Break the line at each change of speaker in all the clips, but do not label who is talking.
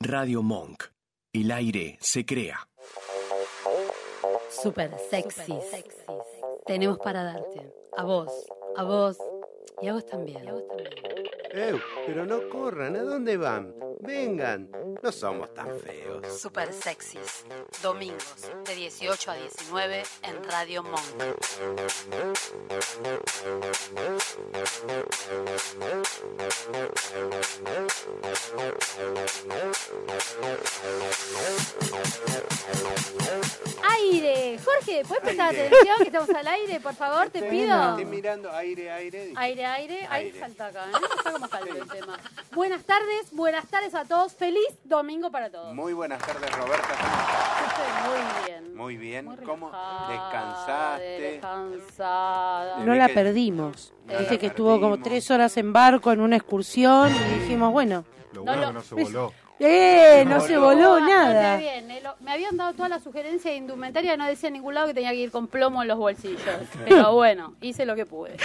Radio Monk. El aire se crea.
Super sexy. Tenemos para darte. A vos, a vos y a vos también.
¡Ew! Eh, Pero no corran, ¿a dónde van? Vengan, no somos tan feos.
Super sexys. Domingos de 18 a 19 en Radio Monk.
Aire. Jorge, ¿puedes prestar atención que estamos al aire? Por favor, te pido.
Estoy mirando aire, aire.
Aire, aire. Ahí
Aire.
falta acá, ¿eh? Está como falta el tema. Buenas tardes, buenas tardes a todos. Feliz domingo para todos.
Muy buenas tardes, Roberta.
Yo estoy muy bien.
Muy bien.
Muy
¿Cómo
relajada,
descansaste?
Descansada.
Bien.
No la
que-
perdimos.
No
Viste
la
que estuvo como
perdimos.
tres horas en barco en una excursión y dijimos, bueno,
Lo
No
bueno
lo-
que no se voló.
¡eh! No se
Estuvo
voló
bastante
nada.
bien, eh. Lo- me habían dado toda la sugerencia de indumentaria, no decía en ningún lado que tenía que ir con plomo en los bolsillos. Pero bueno, hice lo que pude.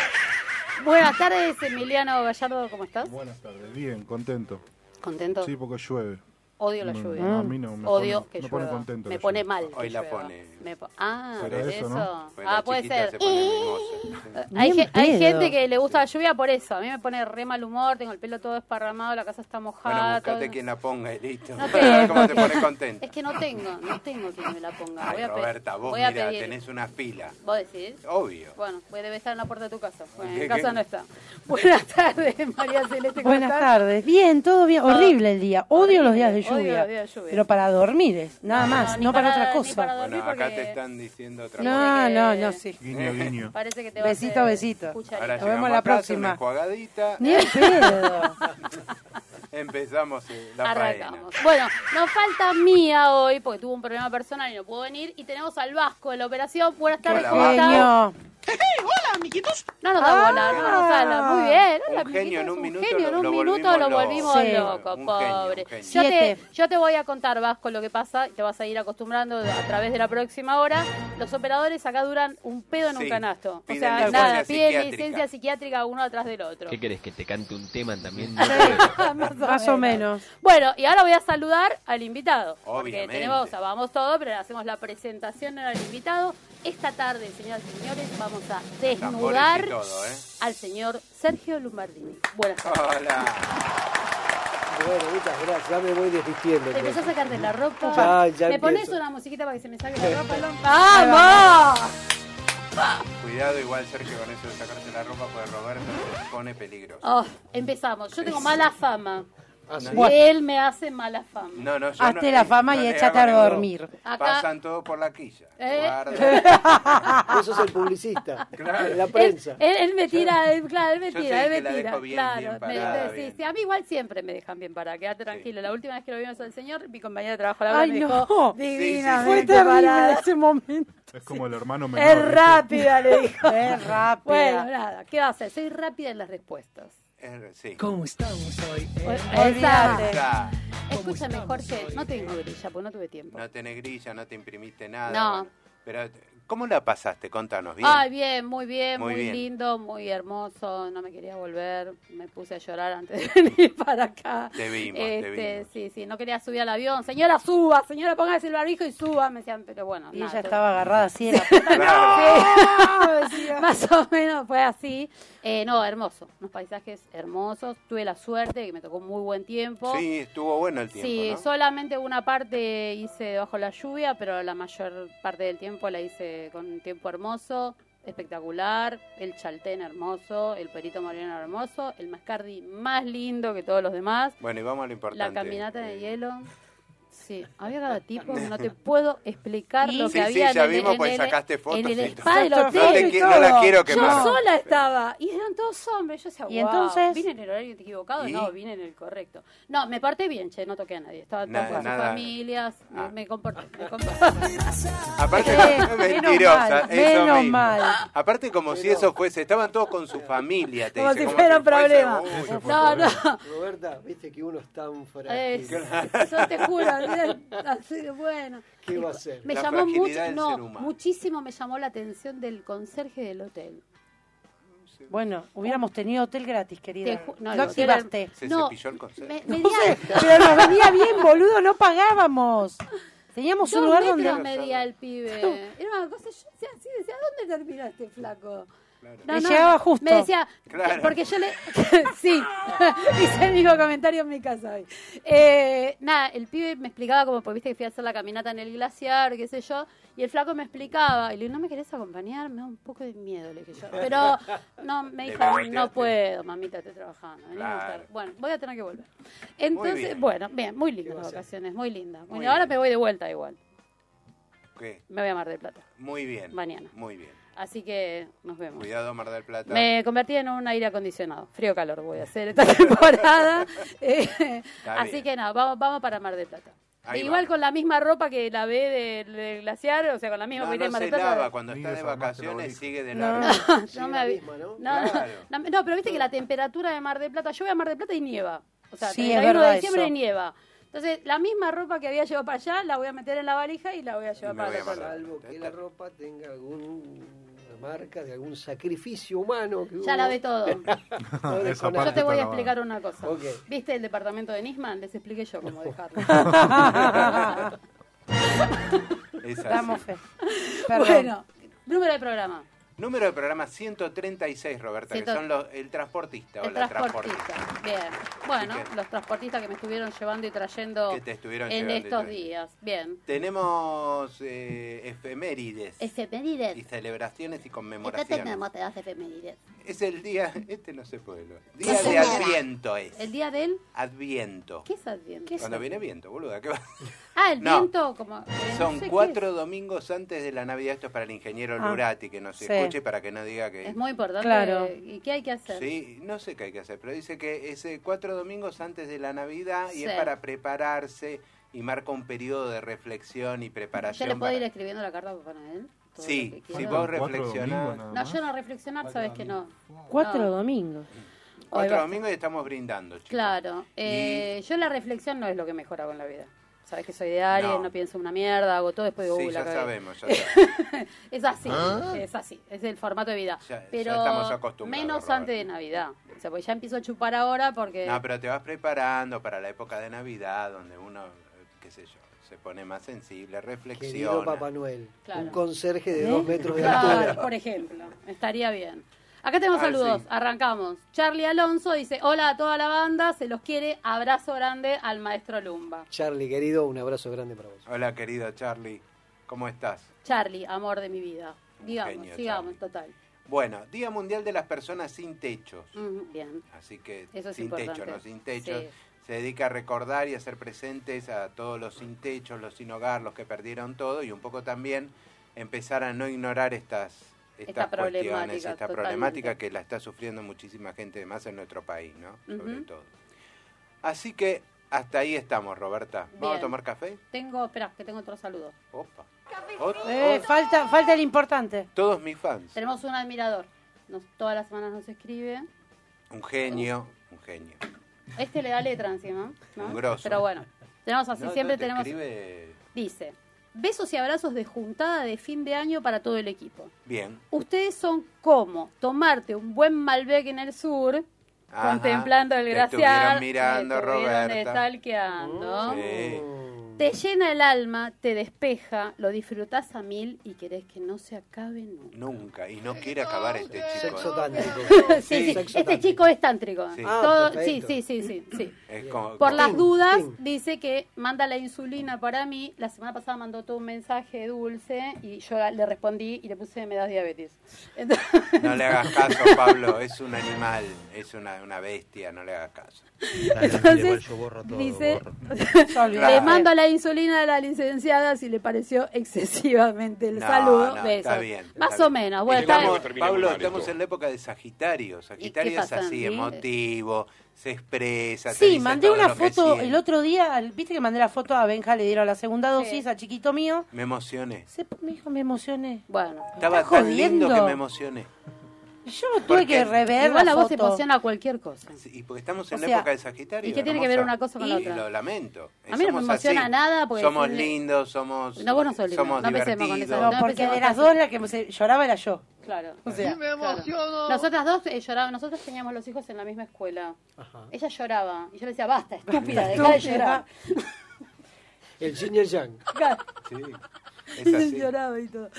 Buenas tardes, Emiliano Gallardo, ¿cómo estás?
Buenas tardes, bien, contento.
¿Contento?
Sí, porque llueve.
Odio la
No,
lluvia.
no, a mí no, me
Odio
pone-
que
me
llueva.
pone contento
me
que
pone
llueva.
mal. que
Hoy la
llueva.
pone-
Me po- ah,
Pero
por eso.
eso, ¿no?
Pues la
ah, puede
chiquita se
ser. Ah,
pone mimosa.
Hay,
Bien
ge- hay
pedo.
gente que le gusta la lluvia por eso. A mí me pone re mal humor, tengo el pelo todo esparramado, la casa está
Bueno,
mojada.
buscate
todo-
quien la ponga y listo.
No
A ver
tengo.
cómo te pones contento.
Es que no tengo, no tengo quien me la ponga. voy
Ay,
a pe-
Roberta, vos
voy a
mira,
pedir.
tenés una fila.
¿Vos decís?
Obvio.
Bueno, pues debe estar en la puerta de tu casa. Bueno,
¿Qué,
en casa
qué?
no está. Buenas tardes, María Celeste. ¿cómo
Buenas
estás?
tardes, bien, todo bien. Horrible el día, odio los días de
Horrible, odio
lluvia.
los días de lluvia.
Pero para dormir es, nada más,
ni
no para
para-
otra
ni para
cosa.
dormí
Bueno, acá
porque-
te están diciendo otra cosa.
No, no,
que-
no, sí.
Guiño, guiño.
Parece que te va
Besito,
a hacer
besito.
cucharita.
Ahora
Nos
llegamos
vemos la
a casa,
próxima.
Una enjuagadita,
Ni en pedo.
empezamos eh, la
Arrancamos. Bueno, nos falta Mía hoy porque tuvo un problema personal y no pudo venir. Y tenemos al Vasco de la operación. Buenas tardes,
Hola,
¿cómo estás?
Genio.
No nos da bola, no nos da bola. Muy bien.
Ah. Un
hola,
genio en
amiguitos,
un minuto
genio en
lo-
un
lo
minuto
volvimos
lo volvimos
loco.
Sí.
loco,
Un genio, un
pobre.
genio.
Yo, te,
Siete.
yo te voy a contar, Vasco, lo que pasa. y Te vas a ir acostumbrando a través de la próxima hora. Los operadores acá duran un pedo en un
Sí,
canasto. O
piden
sea,
licencia
nada, piden
psiquiátrica.
licencia psiquiátrica uno atrás del otro.
¿Qué querés? ¿Que te cante un tema también?
Más o menos.
Bueno, y ahora voy a saludar al invitado. Porque
Obviamente.
tenemos, o sea, vamos todo, pero le hacemos la presentación al invitado. Esta tarde, señoras y señores, vamos a
Tambores
desnudar
y todo, ¿eh?
al señor Sergio Lombardini. Buenas tardes.
Hola.
Bueno, muchas gracias. Ya me voy desvistiendo.
Te empezó a
entonces.
sacar de la ropa.
Ya, ya
¿Me pones
empiezo.
una musiquita para que se me saque la ropa, Lom? ¡Vamos!
Cuidado igual, Sergio, con eso de sacarse la ropa, porque Roberto se pone peligroso.
Oh, empezamos. Yo tengo mala fama.
Ah, sí.
Bueno.
Él me hace mala fama.
No, no, yo
Hazte
no- eh,
la fama
no
y
le
échate
hago
a
ningún-
dormir.
Acá-
Pasan todo por la quilla.
¿Eh?
Guarda.
Vos sos el publicista.
Claro.
La
Él,
prensa.
él- él me tira, él- claro, él me
yo
tira,
sé
él me
que la
tira.
dejo bien,
claro,
bien
me-
parada,
sí,
bien.
sí, a mí igual siempre me dejan bien para, quédate tranquilo. La última vez que lo vimos al señor, mi compañera de trabajo, la
Ay,
me
no.
dijo,
Divina,
Fue terrible ese momento.
Es como el hermano menor.
Es
¿viste?
rápida, le dijo. Es rápida.
Bueno, nada, ¿qué va a hacer? Soy rápida en las respuestas.
Eh, Sí.
¿Cómo estamos hoy?
Eh,
Olvídate.
Ya,
Escúchame, Jorge, no tengo grilla, porque no tuve tiempo.
No tenés grilla, no te imprimiste nada.
No.
bueno. Pero, ¿cómo la pasaste? Contanos bien.
Ay, bien, muy bien, muy,
Muy bien.
lindo, muy hermoso. No me quería volver, me puse a llorar antes de venir para acá.
Te vimos, te vimos.
este, Sí, sí, no quería subir al avión. Señora, suba, señora, póngase el barbijo y suba. Me decían, pero bueno,
Y
nada,
ella
todo-
estaba agarrada así de la puta.
Claro.
Más o menos fue así. Eh, no, hermoso. Unos paisajes hermosos. Tuve la suerte de que me tocó muy buen tiempo.
Sí, estuvo bueno el tiempo,
Sí,
¿no?
solamente una parte hice bajo la lluvia, pero la mayor parte del tiempo la hice con un tiempo hermoso, espectacular. El chaltén hermoso, el perito moreno hermoso, el mascardi más lindo que todos los demás.
Bueno, y vamos a lo importante.
La caminata de
Eh,
hielo. Sí, había cada tipo, no te puedo explicar lo
Sí,
que
sí,
había
ya
en, el-
vimos,
en
pues,
el-
sacaste fotos
en el
y
spa
todo.
del
No
hotel.
te
No, te qui- no la quiero
Yo
quemar.
sola estaba y eran todos hombres. Yo decía,
¿Y
"Guau,
entonces?
¿Vine en el horario equivocado?
¿Y?
No, vine en el correcto. No, me porté bien, che, no toqué a nadie. Estaba
Nada,
todo con sus
nada.
familias, me-
Ah.
me comporté. Me comporté.
Aparte,
Eh,
es
menos
mentirosa.
mal,
eso
menos
mismo.
mal.
Aparte, como si eso fuese, estaban todos con su familia. Te
Como
dice,
si fuera un
fuese,
problema.
uy,
Ese fue
no,
el
no.
Roberta, viste que uno es tan frágil.
Es- yo te juro, mira, así que bueno.
¿Qué va a hacer?
Me
La
llamó
fragilidad
mucho,
del
no,
ser humano.
muchísimo me llamó la atención del conserje del hotel.
Bueno, hubiéramos tenido hotel gratis, querida.
Te ju- no,
No,
el hotel era-
activaste.
Se
No,
cepilló el concepto.
Me-
No
media
sé,
alta.
pero nos venía bien, boludo, no pagábamos. Teníamos un
Dos
lugar
metros
donde
medía el pibe. Era una cosa, yo decía así, decía, ¿dónde terminó este flaco? No,
Le
no,
llegaba justo.
Me decía,
Claro.
porque yo le... sí, hice el mismo comentario en mi casa hoy. Eh, nada, el pibe me explicaba como, porque viste que fui a hacer la caminata en el glaciar, qué sé yo, y el flaco me explicaba, y le digo, ¿no me querés acompañar? Me da un poco de miedo, le dije yo. Pero no, me
Le
dijo, no
baiteaste.
puedo, mamita, estoy trabajando. vení a
Claro.
buscar". Bueno, voy a tener que volver. Entonces,
bien.
bueno, bien, muy lindas
¿Qué
las
vas a hacer?
vacaciones, muy linda. Muy
Muy
linda. Ahora
bien.
me voy de vuelta igual,
Ok,
me voy a Mar del Plata.
Muy bien.
Mañana.
Muy bien.
Así que nos vemos.
Cuidado, Mar del Plata.
Me convertí en un aire acondicionado. Frío-calor voy a hacer esta temporada. Eh, así
bien.
que nada, vamos, vamos para Mar del Plata.
Ahí
Igual
vamos.
con la misma ropa que la ve del del glaciar, o sea, con la misma
No,
que tiene
no
Mar
se
del Plata.
lava cuando
Ni
está de
desarmaste la
vacaciones,
valija.
sigue de
No.
largo.
no
no
me-
¿no?
No, no,
Claro.
no, no, pero viste que la temperatura de Mar del Plata, yo voy a Mar del Plata y nieva. O sea,
Sí, es
31 de
verdad
diciembre
eso.
nieva. Entonces, la misma ropa que había llevado para allá, la voy a meter en la valija y la voy a llevar
me
para
voy
el
a
otro
Mar del
lado.
Salvo que la ropa tenga alguna marca de algún sacrificio humano. Que
Ya
hubo.
la ve todo.
No
Esa
Yo te
parte
desconozco.
voy a
está grabada.
explicar una cosa.
Ok.
¿Viste el departamento de Nisman? Les expliqué yo cómo dejarlo.
Es así.
Damos fe. Perdón.
bueno, número del programa.
Número de programa 136, Roberta,
Ciento-
que son los, el transportista o
El
la
transportista. Bien. Bueno,
Así que-
los transportistas que me estuvieron llevando y trayendo
que te estuvieron
en
llevando y
estos
trayendo.
días. Bien.
Tenemos eh, efemérides
Efemérides.
y celebraciones y
Esto
conmemoraciones.
tenemos, te das efemérides.
Es el día, este no se puede. lo- Día de
señora.
Adviento es.
El día del...
Adviento.
¿Qué es Adviento?
Cuando viene viento, boluda, ¿qué va?
Ah, el
No.
viento como... eh, no
Son
sé qué
cuatro domingos antes de la Navidad. Esto es para el ingeniero
Ah,
Lurati, que nos
sí.
escuche para que no diga
es.
que...
Es muy importante.
Claro.
¿Y qué hay que hacer?
Sí, no sé qué hay que hacer, pero dice que es eh, cuatro domingos antes de la Navidad y
Sí.
es para prepararse y marca un periodo de reflexión y
¿Yo
preparación.
le puedo
para-
ir escribiendo la carta para él? Todo
Sí,
lo que
sí,
quiero.
vos re-
Cuatro
reflexionás.
domingos nada
No,
más.
yo no reflexionar, sabes que no.
Cuatro
No.
domingos.
Ahí
Cuatro
va.
domingos y estamos brindando, chicos.
Claro, eh, yo la reflexión no es lo que mejora con la vida. Sabes que soy de Aries, no.
No.
pienso una mierda, hago todo después de
Sí, ya sabemos, ya sabemos.
Es así, es así, es el formato de vida.
Ya- ya
pero
estamos acostumbrados,
menos
Roberto.
antes de Navidad. O sea, pues ya empiezo a chupar ahora porque
No, pero te vas preparando para la época de Navidad, donde uno, eh, qué sé yo, se pone más sensible,
Querido
reflexiona.
Papá Noel,
Claro. ¿Eh?
un conserje de dos metros de
Claro,
altura.
por ejemplo, estaría bien. Acá tenemos
Ah,
saludos,
sí.
arrancamos. Charlie Alonso dice, hola a toda la banda, se los quiere, abrazo grande al maestro Lumba.
Charlie, querido, un abrazo grande para vos.
Hola, querido Charlie, ¿cómo estás?
Charlie, amor de mi vida.
Un
Digamos,
genio,
sigamos,
Charlie.
total.
Bueno, Día Mundial de las Personas Sin Techos.
Mm, bien.
Así que
Eso es
sin
importante.
techo, no sin techo.
Sí.
Se dedica a recordar y a hacer presentes a todos los sin techos, los sin hogar, los que perdieron todo y un poco también empezar a no ignorar estas, estas
Esta problemática,
cuestiones, esta
totalmente.
problemática que la está sufriendo muchísima gente más en nuestro país, ¿no? Sobre
Ujú.
todo. Así que hasta ahí estamos, Roberta. ¿Vamos
Bien.
a tomar café?
Tengo, espera, que tengo otro saludo.
Opa. Ot-
Eh,
ot-
falta, falta el importante.
Todos mis fans.
Tenemos un admirador. Nos- todas las semanas nos escribe.
Un genio, un genio.
Este le da letra encima, ¿no?
Un grosso.
Pero bueno, tenemos así,
No,
siempre
no, te
tenemos.
escribe
Dice: Besos y abrazos de juntada de fin de año para todo el equipo.
bien.
Ustedes son como tomarte un buen Malbec en el sur,
Ajá.
contemplando el
Te
graciar.
estuvieron mirando,
me estuvieron
Roberta. Uh,
stalkeando.
Sí.
Mm.
Te llena el alma, te despeja, lo disfrutás a mil y querés que no se acabe nunca.
Nunca, y no quiere acabar este chico.
Sexo tántrico.
sí, sí.
Sexo
Este
tántrico.
chico es tántrico.
Sí.
Ah,
Todo- sí,
perfecto.
sí, sí, sí, sí.
Es como-
Por
como-
las
Tim,
dudas,
Tim.
dice que manda la insulina para mí. La semana pasada mandó todo un mensaje dulce y yo la- le respondí y le puse me das diabetes. Entonces-
No le hagas caso, Pablo, es un animal, es una, una bestia, no le hagas caso.
Entonces,
yo borro todo,
dice,
borro.
le
Claro.
mando la insulina a la licenciada si le pareció excesivamente el
No,
saludo.
no,
Besos.
está bien, está
Más
bien.
o menos. Bueno, está-
Estamos-
Termina muy
Pablo,
mal
estamos
esto.
en la época de Sagitario.
qué
Sagitario es
pasa?
así,
¿Sí?
emotivo, se expresa. te
Sí,
dice
mandé
todo
una
lo que
foto
siente.
el otro día, al- viste que mandé la foto a Benja, le dieron la segunda dosis
Sí.
a chiquito mío.
Me emocioné.
Se, me dijo, me emocioné.
bueno.
Estaba
Estás
tan lindo
jodiendo.
que me emocioné.
Yo tuve que
Porque-
rever
Igual
la,
a vos te
foto.
emociona cualquier cosa.
Sí, Y porque estamos en
O
la
sea,
época de Sagitario.
¿y qué tiene que
hermosa.
ver una cosa con la
Y
otra?
Lo lamento.
A mí no me
Somos
emociona
así.
nada, porque
Somos
decirle-
lindos, somos.
No, vos no sos lindo,
Somos
no empecemos con
divertidos.
esa-
No,
No,
porque
empecemos
de
con
las
eso.
dos la que me se- lloraba era yo.
Claro.
O sea,
me
Claro.
emociono.
Nosotras dos eh, llorábamos, nosotros teníamos los hijos en la misma escuela.
Ah.
Ella lloraba y yo le decía, basta, estúpida, deja de llorar.
El yin y el yang.
Sí, es así.
lloraba y todo.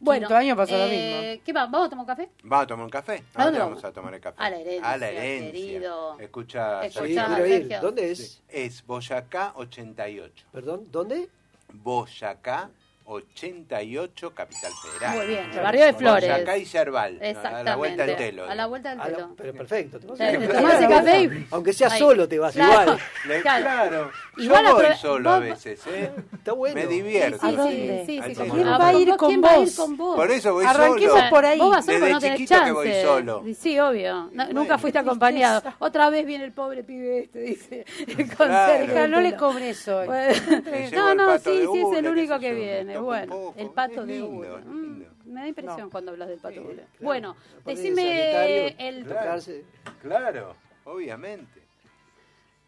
Bueno,
Quinto año pasó lo
eh, ¿Qué va? ¿Vamos a tomar un café?
Vamos a tomar un café.
¿A
¿A
dónde
dónde
vamos?
vamos a tomar el café?
A la herencia,
A la herencia.
querido.
Escucha,
Escuchá,
Sí,
Sergio.
quiero ir.
Sergio.
¿Dónde es?
Es Boyacá 88.
Perdón, ¿dónde?
Boyacá 88, Capital Federal.
Muy bien, el barrio de Flores.
Boyacá y Yerbal.
Exactamente.
A la vuelta del telo.
A la vuelta del
A la-
telo.
Ah, pero perfecto. te vas a-
Te- te tomás el café y-
Aunque sea
Ahí.
solo te vas
Claro.
igual.
Le-
Claro.
Claro.
Igual
Yo voy
apro-
solo
vos-
a veces, ¿eh?
Está bueno.
Me divierto.
¿A
Sí,
dónde?
sí, sí,
Ahí
sí.
está.
¿Quién
Ah,
va a ir
vos-
con
¿quién va a ir
vos?
con vos?
Por eso voy
Arranquemos
solo.
por ahí.
Vos vas solo,
Desde
no tenés
chiquito
chance.
que voy solo.
Sí, obvio. No- nunca fuiste acompañado. Otra vez viene el pobre pibe este, dice. El
Claro.
Hija, no le cobré eso. eh.
Me llevo
no,
el
no,
pato
sí,
de
sí, es el
Ule,
único
qué sé
que
yo, me
viene.
toca un
Bueno,
poco.
el pato
Es
de
lindo,
Ule.
es
Mm,
lindo.
me da impresión cuando hablas del pato de Ule.
claro.
Bueno,
Ponele
decime
Sagitario,
el...
Claro.
tocarse.
Claro, obviamente.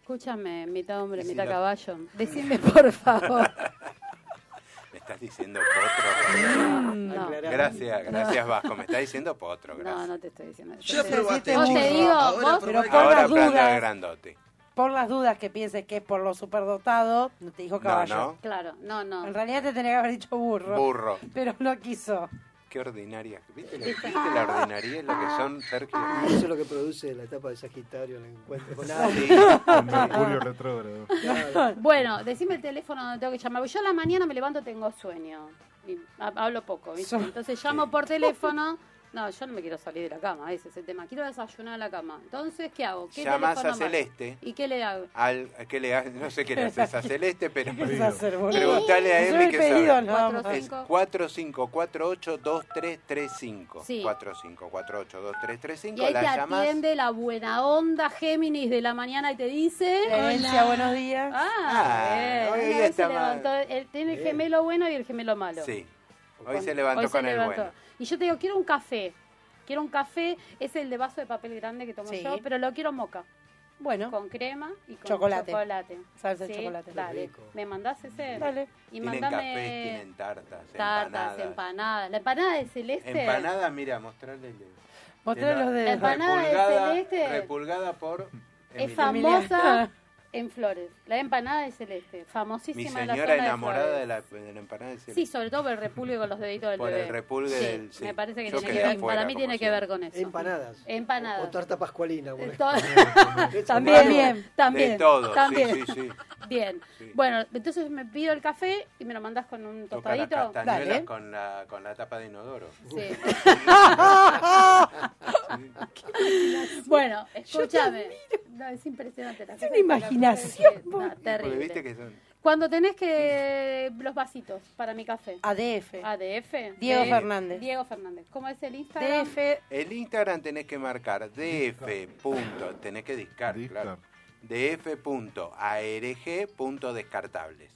Escúchame, mitad hombre,
Y si
mitad
lo-
caballo. Decime, por favor.
Me estás diciendo potro.
No,
Aclará.
Gracias, gracias Vasco. Me estás diciendo potro,
no,
gracias.
no te estoy diciendo eso.
Ya
Te-
probaste
vos te
mucho.
digo,
Ahora
vos-
probá
Pero
con-
por
Ahora
las
planta
dudas.
grandote.
Por las dudas que pienses que es por lo superdotado, no te dijo
No,
caballo.
no.
Claro, no, no.
En realidad te tenía que haber dicho burro.
Burro.
Pero no quiso.
Qué ordinaria. ¿Viste, la- viste la ordinaria lo que son, Sergio?
Y
Ah.
Eso es lo que produce la etapa de Sagitario en el encuentro con
Sí.
alguien.
Con Mercurio retrógrado.
Bueno, decime el teléfono donde tengo que llamar. porque Yo a la mañana me levanto, tengo sueño. Y ha- hablo poco, ¿viste?
So-
Entonces llamo
Sí.
por teléfono. No, yo no me quiero salir de la cama, ese es el tema. Quiero desayunar a la cama. Entonces, ¿qué hago? ¿Qué
Llamás
teléfono
a
marco?
Celeste.
¿Y qué le hago?
Al, ¿qué le haces? No sé qué le haces a Celeste, pero
Empezás a hacer boludo.
Preguntale a
Yo
Emi
he
que
pedido eh,
sabe.
nada
Cuatro,
más.
es
Cinco.
45482335.
Sí.
45482335.
Y ahí
La
te
llamas.
atiende la buena onda Géminis de la mañana y te dice...
Florencia, buenos días.
Ah,
Ah,
bien.
hoy
Una vez
está
se
mal.
levantó, él tiene el
Bien.
gemelo bueno y el gemelo malo.
Sí. Hoy
Hoy
se levantó
Hoy se
con
levantó.
el bueno.
Y yo te digo, quiero un café. Quiero un café, es el de vaso de papel grande que tomo
Sí.
yo, pero lo quiero moca,
Bueno,
con crema y con chocolate.
Chocolate. Salsa de chocolate.
Dale.
Qué rico.
¿Me mandás ese?
dale.
Y
tienen
mandame
cafés, tienen tartas,
tartas, empanadas.
empanadas.
La empanada de celeste.
Empanadas, mira, mostrarle el dedo.
Mostré los
La
dedos.
empanada- de
Repulgada-
celeste.
Repulgada por.
Es
Emiliano.
famosa en Flores. La empanada de celeste. Famosísima
Mi
en la
señora
zona
enamorada de
de Flores.
la, de la empanada de
Sí,
celeste.
sobre todo por el repulgue con los deditos del
Por el
bebé.
repulgue
Sí,
del- sí.
Me parece que
Yo
tiene que
quedé
ver. Para
afuera,
mí
como
tiene que
siempre.
ver con eso.
Empanadas.
Empanadas.
O, o tarta pascualina. bueno.
Todo-
Eso,
también,
bueno.
Bien,
también,
de todo, sí,
también.
sí, sí.
Bien.
Sí.
Bueno, entonces me pido el café y me lo mandas con un
Toca las
tostadito.
castañuelas
Dale.
con la, con la tapa de inodoro.
Sí. bueno, escúchame. No, es impresionante. la cosa que-
imaginación,
No, terrible.
Porque viste que son.
Cuando tenés que los vasitos para mi café.
ADF.
ADF.
Diego
de-
Fernández.
Eh, Diego Fernández. ¿Cómo es el Instagram?
DF.
El Instagram tenés que marcar df. punto, tenés que discar,
Discar.
claro. df.arg.descartables.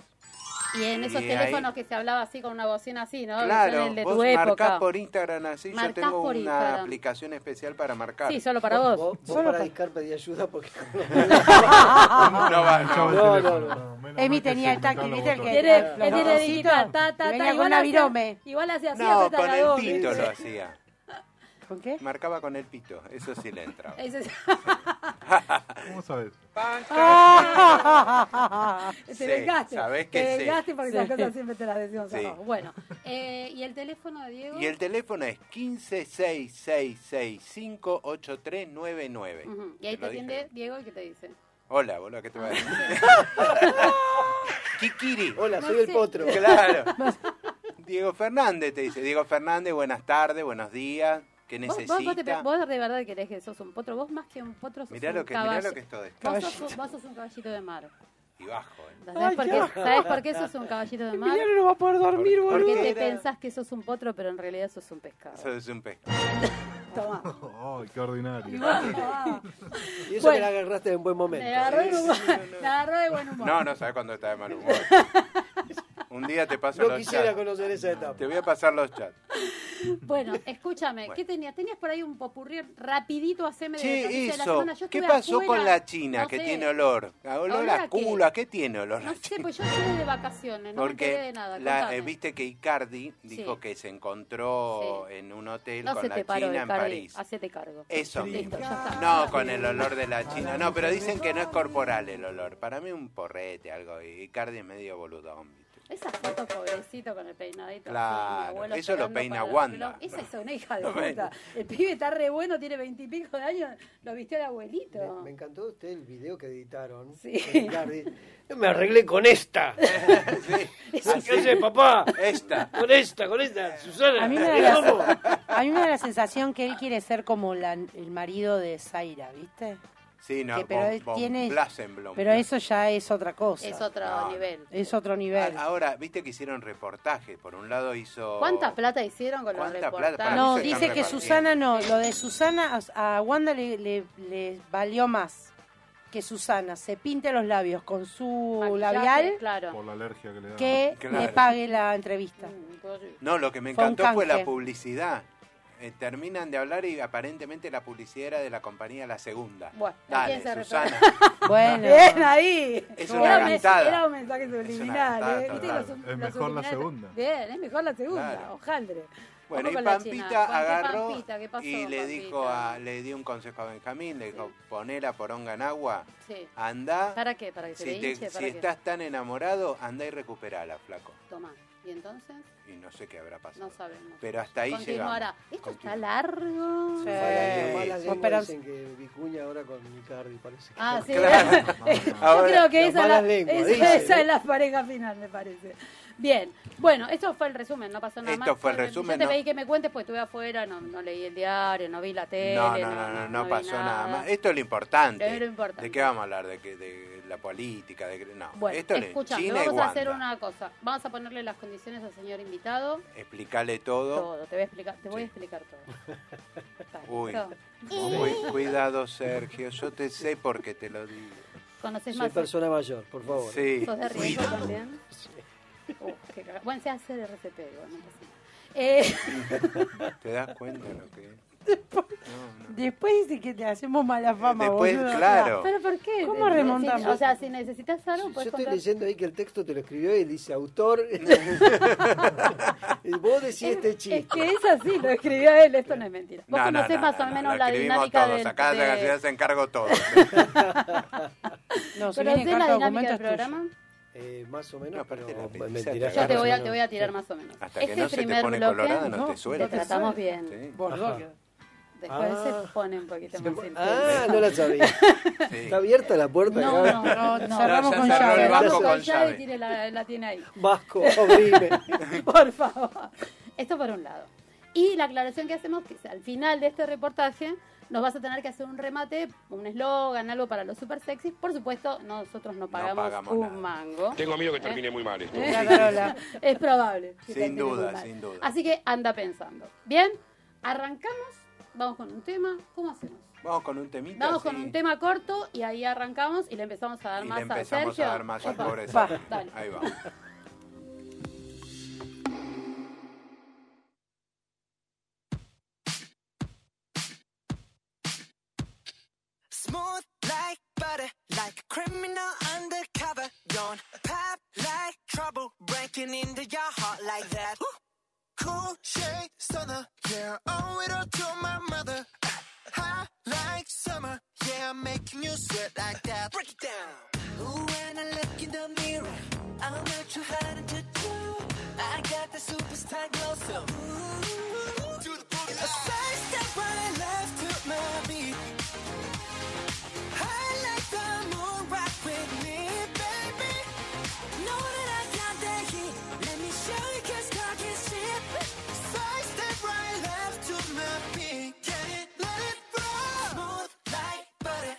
Y en esos
Y ahí-
teléfonos que se hablaba así con una bocina así, ¿no? Que son
claro,
el de tu
vos marcás
época.
por Instagram así.
Marcás
Yo tengo
por
una
Instagram.
aplicación especial para marcar.
Sí, solo para vos.
Vos, vos
Solo
para
pa-
discar pedí ayuda porque
No va,
Escuchaba el
no,
teléfono,
no, no.
no, menos
Ah. Emi
mal que
tenía
se
el táctil,
juntaron los
¿viste? El que
Tiene,
botones.
él
los
tiene
botoncitos,
dedicar, ta, ta,
que venía
ta,
con
igual
una
hace-
virome.
Igual hace así,
No,
apretá
con
la
el
doble.
pito
Sí.
lo hacía.
¿Con qué?
Marcaba con el pito, eso sí le entraba.
Ese es-
¿Cómo sabes?
te vengaste.
sabés que
te
sí.
vengaste porque
Sí.
esas cosas siempre te las decimos.
Sí.
a vos. Bueno, eh, ¿y el teléfono de Diego?
Y el teléfono es 1566658399.
Ujú, y ahí te
lo dije,
atiende
¿no?
Diego y que te dice.
Hola, boludo, ¿qué te va a decir? Kikiri.
Hola,
No
soy
sé.
el potro.
Claro. Diego Fernández te dice, Diego Fernández, buenas tardes, buenos días, ¿qué
Vos, vos, vos, te pre-
necesita?
vos de verdad querés que sos un potro. Vos más que un potro sos
Mirá
un
lo que, mirá
caballo.
lo que es todo esto.
Vos sos, un- vos sos un caballito de mar.
Y bajo, ¿eh?
¿Sabés por, qué, ¿Sabés por qué sos un caballito de mar?
Emiliano no va a poder dormir,
Por-
boludo.
Porque te
era-
pensás que sos un potro, pero en realidad sos un pescado.
Eso es un pescado.
Tomá.
Ay, qué ordinario.
Y eso
Bueno.
que la agarraste en buen momento.
Me agarró, de buen humor. Me agarró de buen humor.
No, no sabes cuándo está de mal humor. Un día te paso
Eh, No
los
quisiera
chats.
conocer esa etapa.
Te voy a pasar los chats.
Bueno, escúchame, ¿qué tenías? Tenías por ahí un popurrí rapidito, haceme de
Che,
lo que hice la
eso,
semana. Yo
¿qué
estuve
pasó con
afuera,
la China
no
que
sé,
tiene olor? ¿A ¿Olor
¿Olor
a
a qué?
culo? ¿A qué tiene olor?
No sé, pues yo estuve de vacaciones, no me enteré
Porque
de nada.
la-
contame.
eh, viste que Icardi dijo
Sí.
que se encontró en un hotel
no
con
se
la
te paró,
China en
Icardi,
París.
hacete cargo.
Eso
Listo,
mismo.
ya está.
No, con el olor de la China. No, pero dicen que no es corporal el olor. Para mí un porrete, algo. Y Icardi es medio boludón. ¿viste?
Esa foto pobrecito con el peinadito. así, mi
Claro,
abuelo
eso lo
esperando
peina
para el
Wanda.
reloj. Esa es una hija de
Lo peina.
puta. El pibe está re bueno, tiene veintipico de años, lo vistió el abuelito.
Me, me encantó usted el video que editaron.
Sí.
con Icardi. Yo me arreglé con esta.
Sí, Ah,
¿Qué
así.
haces, Ah, papá?
Esta.
Con esta, con esta. Susana.
A mí, me da
¿te amo?
la, a mí me da la sensación que él quiere ser como la- el marido de Zaira, ¿viste?
Sí, no,
Que pero
Von-
él
Von
tiene-
Blasenblum.
Pero eso ya es otra cosa.
es otro
No.
nivel.
Es otro nivel.
A- Ahora, viste que hicieron reportajes. Por un lado hizo...
¿Cuánta plata hicieron con los
¿Cuánta plata? Para
reportajes?
mí
No,
se están
dice que
repartiendo.
Susana no. Lo de Susana, a a Wanda le, le- le valió más que Susana se pinte los labios con su
Maquillaje,
labial
Claro.
Por la alergia que le da.
que
Claro.
le pague la entrevista.
Mm, pues,
No, lo que me
Fue un
encantó fue la
canje.
publicidad. Eh, terminan de hablar y aparentemente la publicidad era de la compañía La Segunda.
Bueno, ¿a
Dale,
quién se
Susana.
Bueno,
Bien ahí.
Es
Era
una
un mes-
cantada.
Era un mensaje subliminal.
cantada
¿eh? ¿Viste
total.
los-
Es
los
mejor la
subliminales?
segunda.
Bien, es mejor la segunda.
Claro.
Ojaldre.
Bueno,
Ojo
y
con la China.
Pampita
Juan, ¿qué
agarró
Pampita? ¿Qué pasó,
y le
Pampita?
dijo a, le dio un consejo a Benjamín, le dijo, poné la poronga en agua,
Sí.
andá,
¿Para qué? ¿Para que se
si,
le
te-
hinche?
si
¿Para qué?
estás tan enamorado, andá y recuperala, flaco.
Tomá. ¿Y entonces?
Y no sé qué habrá pasado.
No sabemos.
Pero hasta ahí
Continuará.
llegamos.
Esto
Continu-
está largo.
Sí.
Malas- malas
Sí.
lenguas
Esperanza.
dicen que Vicuña ahora con Icardi parece que.
Ah, sí.
Claro.
Yo
Ahora,
creo que esa,
las
es la-
malas lenguas,
esa-
dice.
esa es la pareja final, me parece. Bien, bueno, esto fue el resumen, no pasó nada
Esto
más.
fue el
Yo
resumen,
te
¿no?
pedí que me cuentes porque estuve afuera, no, no leí el diario, no vi la tele.
No, no, no, no, no
vi
pasó nada. más. Esto es lo importante.
Es lo importante.
¿De qué vamos a hablar? ¿De, que, de la política? De, que- no,
Bueno,
esto es
escúchame,
China y
vamos a
Wanda.
hacer una cosa. Vamos a ponerle las condiciones al señor invitado.
Explicale todo.
Todo, te voy a explicar, te voy a
Sí.
explicar todo. Está
Uy.
listo.
Muy cuidado, Sergio. Yo te sé porque te lo digo.
¿Conoces
Soy
más?
persona mayor, por favor.
Sí.
¿Sos de riesgo también? Uh, qué caga- bueno, se hace de RCP, igual, no pasa nada. Eh,
¿Te das cuenta lo que es? No, no.
después dice que te hacemos mala fama,
Después,
boludo.
claro.
¿Pero por qué? Eh,
¿Cómo
Si-
remontamos?
O sea, si necesitas algo,
Yo
Ah, puedes
estoy
comprar.
leyendo ahí que el texto te lo escribió y dice autor. Y Vos decís este
Es
chiste.
que es así, lo escribió él, esto no es mentira. Vos
No, no,
conocés
no,
más
no,
o
no,
menos
lo
la
escribimos
dinámica
todos.
del,
Acá
de-
la ciudad se encargó todo.
No, si viene
¿Conocés la
carta de
dinámica
documento,
del
es tuyo.
programa?
Eh, más o menos,
No, aparte
pero
la
me-
pizza
mentira.
te
Yo te
Claro,
voy a,
no,
te voy a tirar más o menos.
Hasta que
este
no se te
primer
pone
bloque,
colorada, no,
no,
te
Lo
suelta.
tratamos bien.
Sí,
Bordó.
Ajá.
Después
Ah.
se pone un poquito más intenso.
Ah, no la sabía.
sí.
Está abierta la puerta.
No,
acá.
no, no, no.
cerramos
Ya
con
cerró
llave.
el banco
Cerramos
con
llave y
llave.
tiene la, la tiene ahí.
Vasco, abrime.
Por favor. Esto por un lado. Y la aclaración que hacemos que al final de este reportaje nos vas a tener que hacer un remate, un eslogan, algo para los super sexys. Por supuesto, nosotros no pagamos,
pagamos
un
nada.
mango.
Tengo miedo que termine muy mal esto.
La Carola.
Es probable. que
Sin
termine muy
duda,
mal.
sin duda.
Así que anda pensando. Bien, arrancamos. Vamos con un tema. ¿Cómo hacemos?
Vamos con un temita.
Vamos con
sí.
un tema corto y ahí arrancamos y le empezamos a dar
Y
más
le empezamos
a Sergio.
a dar más al
Epa.
pobre
Pa.
Sergio.
Dale.
Ahí vamos.
Smooth like butter, like a criminal undercover. Don't pop like trouble, breaking into your heart like that. Cool shade stunner, yeah, owe it all to my mother. High like summer, yeah, I'm making you sweat like that. Break it down. Ooh, when I look in the mirror, I'm not too hard to do. I got the superstar glow, so ooh, to the boogie. A side step right left to my beat. I like the moon rock with me, baby. Know that I got that heat. Let me show you 'cause talk is cheap. Side step right, left to my beat. Get it, let it roll. Smooth like butter,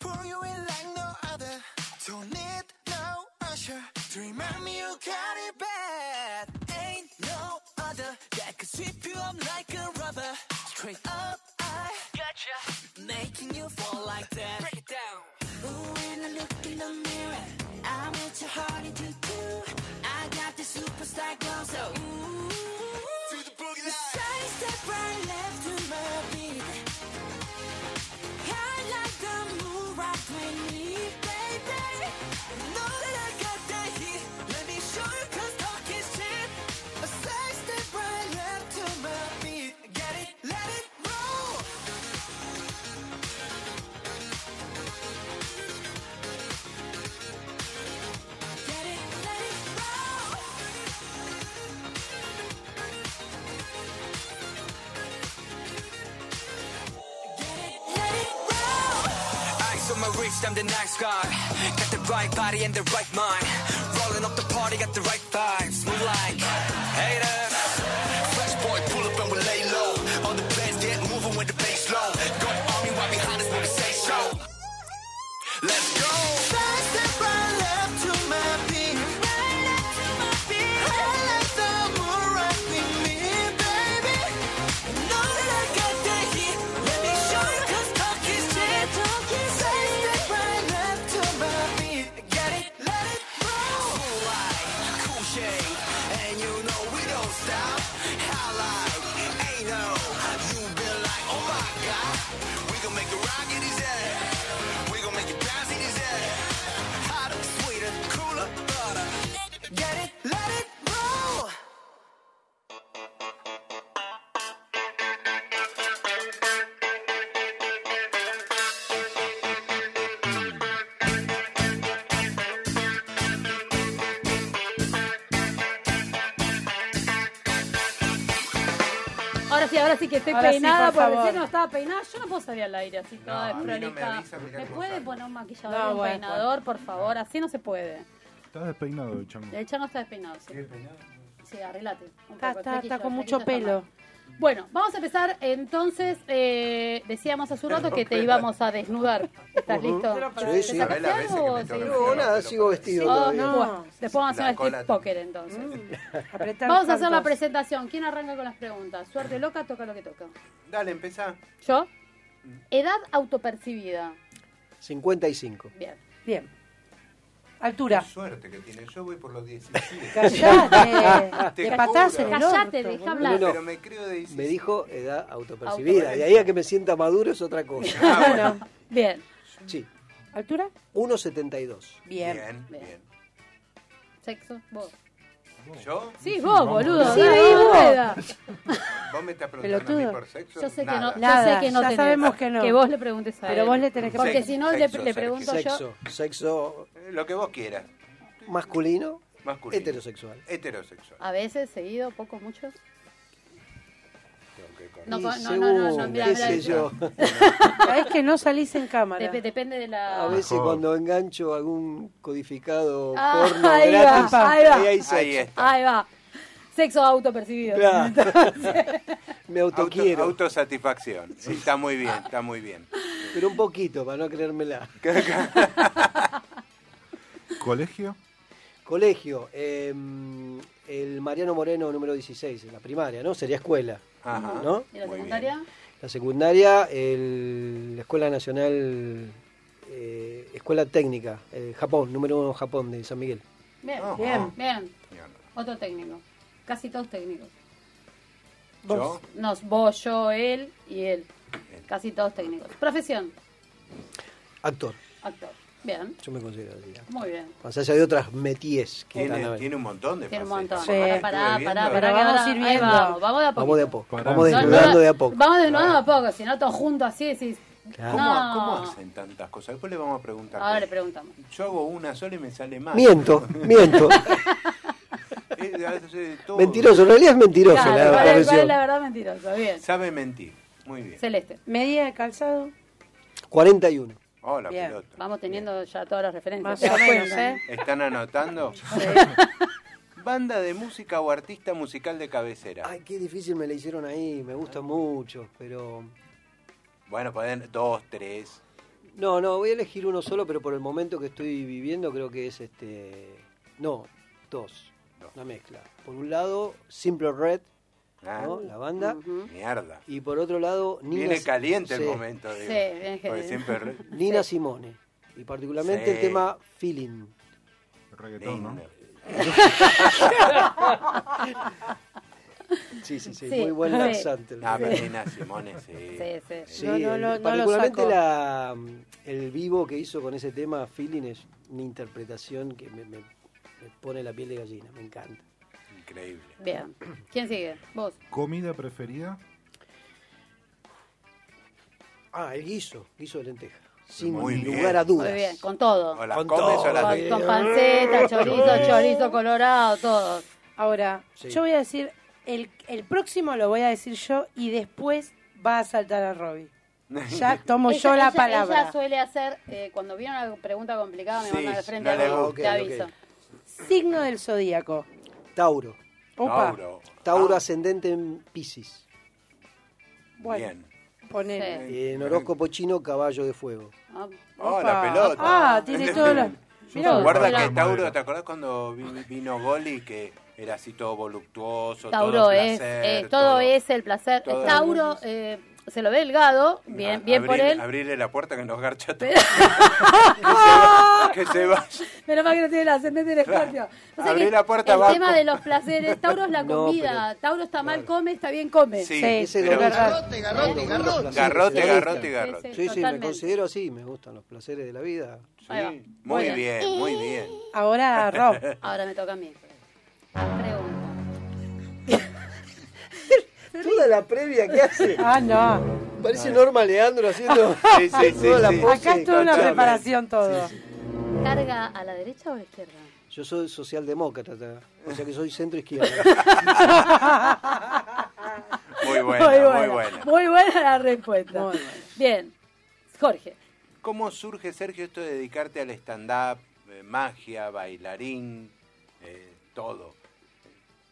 pour you in like no other. Don't need no usher to remind me you got it bad. Ain't no other that could sweep you up like a rubber. Straight up, I gotcha, making you fall like that. Break it down. Ooh, when I look in the mirror, I'm at your heart into two. I got the superstar glow, so ooh, to the boogie line. Side
I'm a reach, I'm the nice guy. Got the right body and the right mind. Rolling up the party, got the right vibes. We like haters. Fresh boy, pull up and we lay low. All the bands get moving with the bass low. Don't on me while behind us when we say so. Let's go.
First step right left to my beat. I let the moon rock with me, baby. Know that I got the heat. Let me show you 'cause talk is cheap. First step right left to my beat. Get it? Let it roll.
Like cool shade, and you know we don't stop. Highlight, ain't no. You've been like, oh my god. We gon' make it rock it, is that? We gon' make it bounce it, is that? Hotter, sweeter, cooler, butter.
Get it? Let it roll.
Ahora sí, ahora sí que estoy
Ahora sí,
peinada,
por
porque
favor.
recién no estaba peinada. Yo no puedo salir al aire así toda
a mí no me
desprolija.
avisa, mirá
¿Me
cómo
puede
salgo.
poner un maquillador,
No,
un
bueno,
peinador, por favor? Así no se puede.
Estás despeinado, el chango.
Eh.
El chango está despeinado, sí.
despeinado?
Sí, arreglate. un
Está,
poco,
está,
flequillo,
está con
flequillo
mucho pelo.
mal. Bueno, vamos a empezar entonces. eh, decíamos hace un rato que te íbamos a desnudar. ¿Estás
Ujú.
listo?
Sí, sí.
¿Te sacaste
Sabés las veces
algo
que me
o
toca
sí?
meter
No, nada, sigo vestido
Oh,
todavía. Mm.
no.
bueno, después vamos a
La
hacer un
cola
strip poker entonces.
Apretar
Vamos a hacer la
tantos.
presentación. ¿Quién arranca con las preguntas? Suerte loca, toca lo que toca.
Dale, empezá.
¿Yo? Edad autopercibida.
55.
Bien.
Bien. Altura.
Qué suerte que tiene. Yo voy por los 17.
Callate.
Te
Te patás
juro.
en el
Callate,
orto,
deja
boludo.
hablar.
No, no.
Pero me creo de 17.
Me dijo edad autopercibida. De ahí a que me sienta maduro es otra cosa.
Ah, bueno.
Bien.
Sí,
¿Altura?
1,72.
Bien.
Bien,
Bien.
bien.
Sexo. Vos.
¿yo,
Sí, vos,
vamos.
boludo.
Sí,
dale,
vos.
rueda.
vos me estás preguntando a
Pelotudo.
mí por sexo.
Yo sé que no,
Nada.
yo
Nada,
sé que no
ya
tenés.
sabemos que no.
Que vos le preguntes a
Pero
él.
vos le tenés que
Porque
Sexo,
si no, le,
sexo,
le
Sergio.
pregunto yo.
Sexo. Sexo
Eh, Lo que vos quieras.
masculino,
Masculino.
heterosexual.
Heterosexual.
A veces, seguido, poco, mucho.
Tengo que correr.
No,
Y
no, no, no,
según,
no, mirá,
qué
mirá,
sé
mirá.
yo.
Sabés que no salís en cámara.
Dep- depende de la.
A veces
Mejor.
cuando engancho algún codificado
Ah,
porno
ahí
gratis,
va, ahí va.
ahí hay
Ahí
sexo.
está.
Ahí va. Sexo autopercibido.
Claro. Me
Auto,
autoquiero,
autosatisfacción. Sí, está muy bien, está muy bien.
pero un poquito para no creérmela.
¿Colegio?
Colegio, eh, el Mariano Moreno número 16, en la primaria, ¿no? Sería escuela,
Ajá.
¿no?
¿Y la
Muy
secundaria?
La secundaria, el- la Escuela Nacional, eh, Escuela Técnica, eh, Japón, número uno Japón de San Miguel.
Bien.
Ajá.
Bien.
Bien.
Yo no.
Otro técnico. Casi todos técnicos.
Yo,
Nos, vos, yo, él y él. Casi todos técnicos. Profesión,
Actor,
actor. Bien,
yo me considero así.
muy bien.
Más allá de otras meties que están
tiene,
ahora.
tiene un montón de
Tiene un
facetas.
montón.
Estuve
Pará,
Sí.
pará,
viendo.
pará,
Pero
pará, que
vamos
ahora-
ir
ahí
viendo.
vamos, vamos de a poco.
Vamos de a poco,
Pará.
vamos
No,
No, no,
desnudando
no,
de a poco.
Vamos desnudando de a poco, si no todos juntos así decís.
Claro.
¿Cómo,
No.
cómo hacen tantas cosas? Después le vamos a preguntar.
Ahora le preguntamos.
Yo hago una sola y me sale mal.
Miento, miento.
Eh, hace todo.
mentiroso, en realidad es mentiroso
Claro, ¿cuál
la
es- cuál es
profesión.
la verdad mentirosa? Bien.
Sabe mentir. Muy bien.
Celeste,
Medida de calzado.
41.
Hola,
Bien.
pelota.
vamos teniendo ya todas las referencias.
Más
¿te
o
das
menos,
cuenta?
¿eh?
¿Están anotando? Banda de música o artista musical de cabecera.
Ay, qué difícil me la hicieron ahí, me gusta mucho, pero...
Bueno, pueden dos, tres.
No, no, voy a elegir uno solo, pero por el momento que estoy viviendo creo que es este... No, dos,
Dos.
una mezcla. Por un lado, Simple Red,
Ah,
¿no? Oh, la
¿eh?
banda,
Ujú.
Mierda.
y por otro lado, Nina,
Viene caliente
sí,
el momento. Digo,
Sí, bien que-
Porque siempre...
Nina Simone, y particularmente
Sí.
el tema Feeling.
Reggaetón, ¿no?
Lindo.
Sí, sí, sí,
Sí.
muy buen
Sí.
laxante.
Ah, pero Nina Simone, sí.
Sí, sí.
Sí,
No, no, no, no lo
particularmente
saco.
la, mm, el vivo que hizo con ese tema, Feeling, es una interpretación que me, me- me pone la piel de gallina, me encanta.
Increíble.
Bien. ¿Quién sigue? Vos.
¿Comida preferida?
Ah, el guiso, guiso de lenteja, sin
Muy bien.
lugar a dudas.
Muy bien, con todo.
O las
Con
comes
todo.
o las
Con
Con,
dejas.
con panceta, chorizo, chorizo colorado, todo.
Ahora,
Sí.
yo voy a decir, el, el próximo lo voy a decir yo y después va a saltar a Robbie. Ya tomo
Ella-
yo la
ella-
palabra.
Ella suele hacer, eh, cuando viene una pregunta complicada, me
Sí,
manda de frente
no
a
le
mí,
gusta.
te
Ok,
aviso.
ok.
Signo del zodíaco.
Tauro.
Opa.
Tauro.
Tauro
Ah,
ascendente en Pisces.
Bueno,
Bien.
ponele.
Sí.
En horóscopo chino, caballo de fuego.
Ah,
Oh,
Opa.
la pelota.
Ah, tiene todos los. Mirá vos.
Guarda
Hola.
que Tauro, ¿te acordás cuando vi- vino Goli que era así todo voluptuoso?
Tauro
todo
es,
placer,
eh, todo, es el placer.
todo-
Tauro eh, se lo ve delgado, bien,
A-
bien por
abrir-
él.
Abrirle la puerta que nos garcha todo. que se vaya.
Menos mal que no tiene el ascendente en Escorpio. O sea
Abrí
que
la puerta,
el
Vasco.
tema de los placeres, Tauro es la
No,
comida. Tauro está mal, come, está bien, come.
Sí,
Sí,
Ese
es
pero-
verdad.
garrote, garrote.
Garrote, garrote,
Sí,
garrote.
Sí, sí, me
totalmente.
considero así, me gustan los placeres de la vida.
Ahí va.
Sí, muy
Bueno.
bien, muy bien.
Ahora, Rob.
Ahora me toca a mí. Pregunta.
Toda la previa que hace,
Ah, no.
parece Norma Leandro haciendo...
Sí, sí, sí.
Toda la
sí.
pos-
Acá es toda una
escuchame.
preparación todo.
¿Carga a la derecha o a la izquierda?
Yo soy socialdemócrata, o sea que soy centro izquierda.
Este Muy buena, muy buena.
Muy buena la respuesta.
Muy buena.
Bien. Jorge.
¿Cómo surge, Sergio, esto de dedicarte al stand-up, eh, magia, bailarín, eh, todo?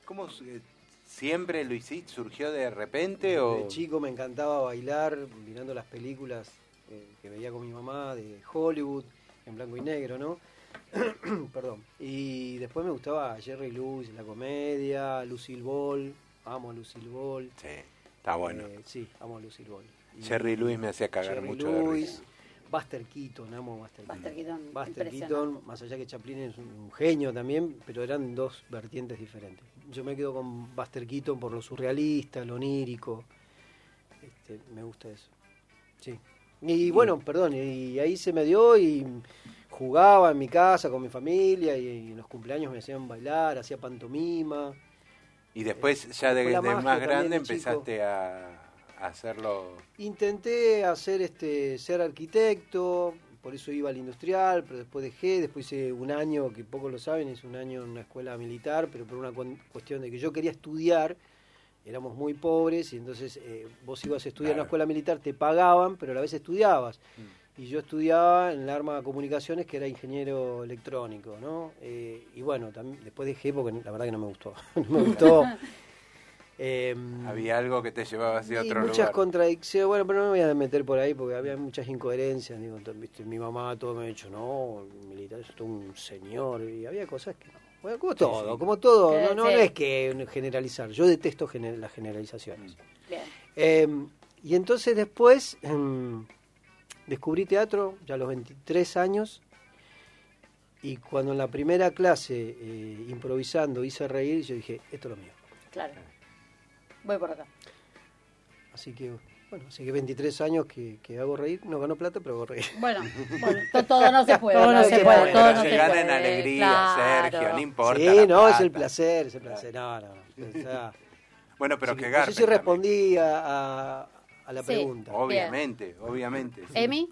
¿Cómo su- eh, siempre lo hiciste? ¿Surgió de repente o...?
De chico me encantaba bailar, mirando las películas eh, que veía con mi mamá de Hollywood, en blanco y negro, ¿no? Perdón. Y después me gustaba Jerry Lewis, la comedia, Lucille Ball, amo a Lucille Ball.
Sí, está bueno.
Eh, sí, amo a Lucille Ball. Y
Jerry Luis me hacía cagar
Jerry
mucho de
Lewis,
risa.
Buster Keaton, amo a Buster Keaton.
Buster Keaton,
Buster
impresionante.
Keaton, más allá que Chaplin es un, un genio también, pero eran dos vertientes diferentes. Yo me quedo con Buster Keaton por lo surrealista, lo onírico. Este, me gusta eso. Sí. Y bueno, perdón, y ahí se me dio y jugaba en mi casa con mi familia y, en los cumpleaños me hacían bailar, hacía pantomima.
Y después, ya de,
Con Eh, la
de
magia
más
también
grande,
de chico.
empezaste a, a hacerlo...
Intenté hacer este ser arquitecto, por eso iba al industrial, pero después dejé, después hice un año, que pocos lo saben, hice un año en una escuela militar, pero por una cuan- cuestión de que yo quería estudiar, éramos muy pobres, y entonces eh, vos ibas a estudiar
Claro.
en
Mm.
una escuela militar, te pagaban, pero a la vez estudiabas. Y yo estudiaba en la Arma de Comunicaciones, que era ingeniero electrónico, ¿no? Eh, y bueno, tam- después dejé porque la verdad que no me gustó. no me gustó. Em,
Había algo que te llevaba hacia
y
otro
muchas
lugar.
contradicciones, bueno, pero no me voy a meter por ahí porque había muchas incoherencias. Digo, to- viste, mi mamá todo me ha dicho, no, el militar es todo un señor. Y había cosas que no. Bueno, como todo, como todo.
Eh,
No, no,
sí.
no es que generalizar. Yo detesto gener- las generalizaciones.
Bien.
Eh, y entonces después em, descubrí teatro, ya a los 23 años, y cuando en la primera clase, eh, improvisando, hice reír, yo dije, esto es lo mío.
Claro. Voy por acá.
Así que, bueno, así que 23 años que, que hago reír, no gano plata, pero hago reír.
Bueno, bueno, to- todo no se puede.
Todo no se puede,
todo
Pero
no se
llegar
puede,
en alegría,
claro.
Sergio, no importa.
sí,
la
no, es el
plata.
placer, es el placer. No, no, no. o sea,
Bueno, pero
así
que
que no sé
garpen
si
también.
respondí a, a- a la
Sí.
pregunta.
Obviamente, obviamente. sí.
¿Emi?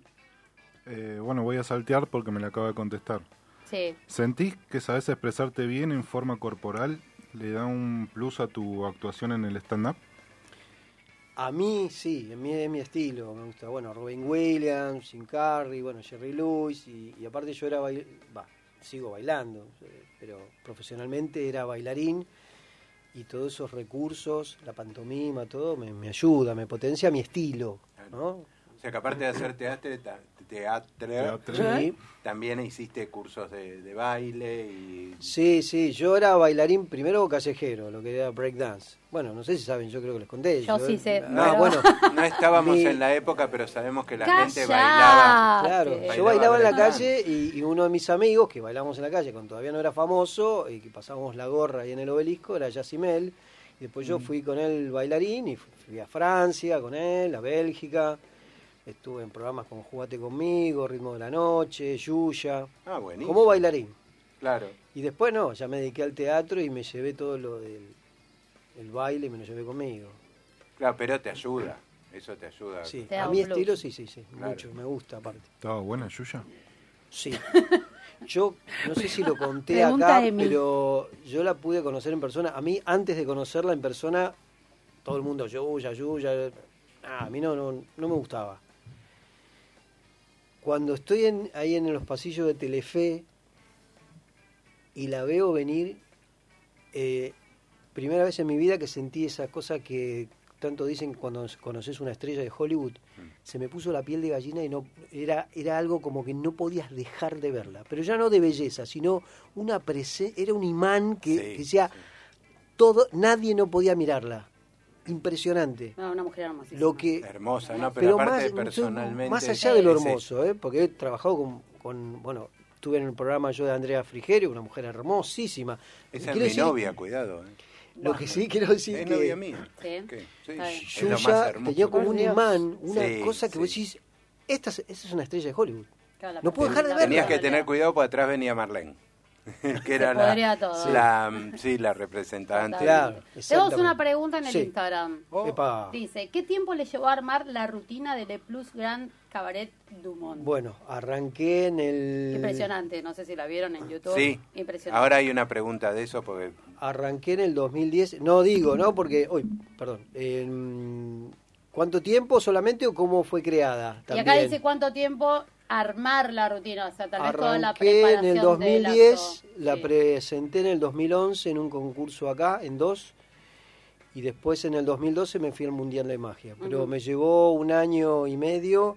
Eh, bueno, voy a saltear porque me la acaba de contestar.
Sí.
¿Sentís que sabes expresarte bien en forma corporal? ¿Le da un plus a tu actuación en el stand-up?
A mí sí, en mi, es mi estilo. Me gusta, bueno, Robin Williams, Jim Carrey, bueno, Jerry Lewis. Y, y aparte yo era bail- va, sigo bailando, eh, pero profesionalmente era bailarín. Y todos esos recursos, la pantomima, todo, me, me ayuda, me potencia mi estilo, ¿no?
O sea, que aparte de hacer teatro, ta- teatro, ¿eh?
Sí.
también hiciste cursos de, de baile y...
Sí, sí, yo era bailarín primero callejero, lo que era breakdance. Bueno, no sé si saben, yo creo que les conté.
Yo sí sé,
Ah,
No,
pero-
bueno,
no estábamos
Mi-
en la época, pero sabemos que la gente bailaba.
¡Calla!
claro, yo bailaba en la calle y, y uno de mis amigos que bailamos en la calle cuando todavía no era famoso y que pasábamos la gorra ahí en el obelisco era Yacimel. Y después
Mm.
yo fui con él bailarín y fui a Francia con él, a Bélgica. Estuve en programas como Jugate conmigo, Ritmo de la Noche, Yuya,
Ah, buenísimo.
como bailarín.
Claro.
Y después no, ya me dediqué al teatro y me llevé todo lo del el baile, me lo llevé conmigo.
Claro, pero te ayuda. Eso te ayuda.
Sí,
Te da
a
un
mi
plus.
estilo sí, sí, sí,
Claro.
mucho, me gusta aparte.
¿Estaba buena, Yuya?
Sí. Yo no sé si lo conté
Pregunta
acá,
de mí.
pero yo la pude conocer en persona. A mí, antes de conocerla en persona, todo el mundo, Yuya, Yuya. Ah, a mí no, no, no me gustaba. Cuando estoy en- ahí en los pasillos de Telefe y la veo venir, eh, primera vez en mi vida que sentí esa cosa que tanto dicen cuando conoces una estrella de Hollywood, se me puso la piel de gallina y no era era algo como que no podías dejar de verla, pero ya no de belleza, sino una prese- era un imán que, que decía todo nadie no podía mirarla. Impresionante.
No, una mujer hermosa.
Lo que
Hermosa, no, pero, aparte personalmente.
más allá de lo
ese-
hermoso, ¿eh? porque he trabajado con, con- Bueno, estuve en el programa yo de Andrea Frigerio, una mujer hermosísima.
Esa es
Quiero
mi
decir-
novia, cuidado. ¿eh?
Lo que sí quiero decir
Es
que-
novia mía.
Sí.
¿Qué? Sí,
Está bien.
es lo más
Yuya
hermoso
tenía como
que-
un imán, una
Sí,
cosa que
sí.
vos decís, esta es, esta es una estrella de Hollywood.
Claro, la
No puedo dejar de
personalidad.
Tenías que tener cuidado porque atrás venía Marlene. que era
podría
la,
todo.
la- sí, la representante.
Claro,
Tenemos
exactamente.
una pregunta en el
Sí.
Instagram.
Oh.
Epa.
Dice, ¿qué tiempo le llevó a armar la rutina de Le Plus Grand Cabaret Dumont?
Bueno, arranqué en el...
Impresionante, no sé si la vieron en YouTube.
Sí.
Impresionante.
Ahora hay una pregunta de eso porque
Arranqué en el 2010, no digo, ¿no? Porque, uy, perdón, em, ¿cuánto tiempo solamente o cómo fue creada?
y
También.
acá dice cuánto tiempo armar la rutina, o sea, tal vez toda la
Arranqué en
preparación
el
del
2010,
acto.
la
Sí.
presenté en el 2011 en un concurso acá, en dos, y después en el 2012 me fui al Mundial de Magia. Pero
Ujú.
me llevó un año y medio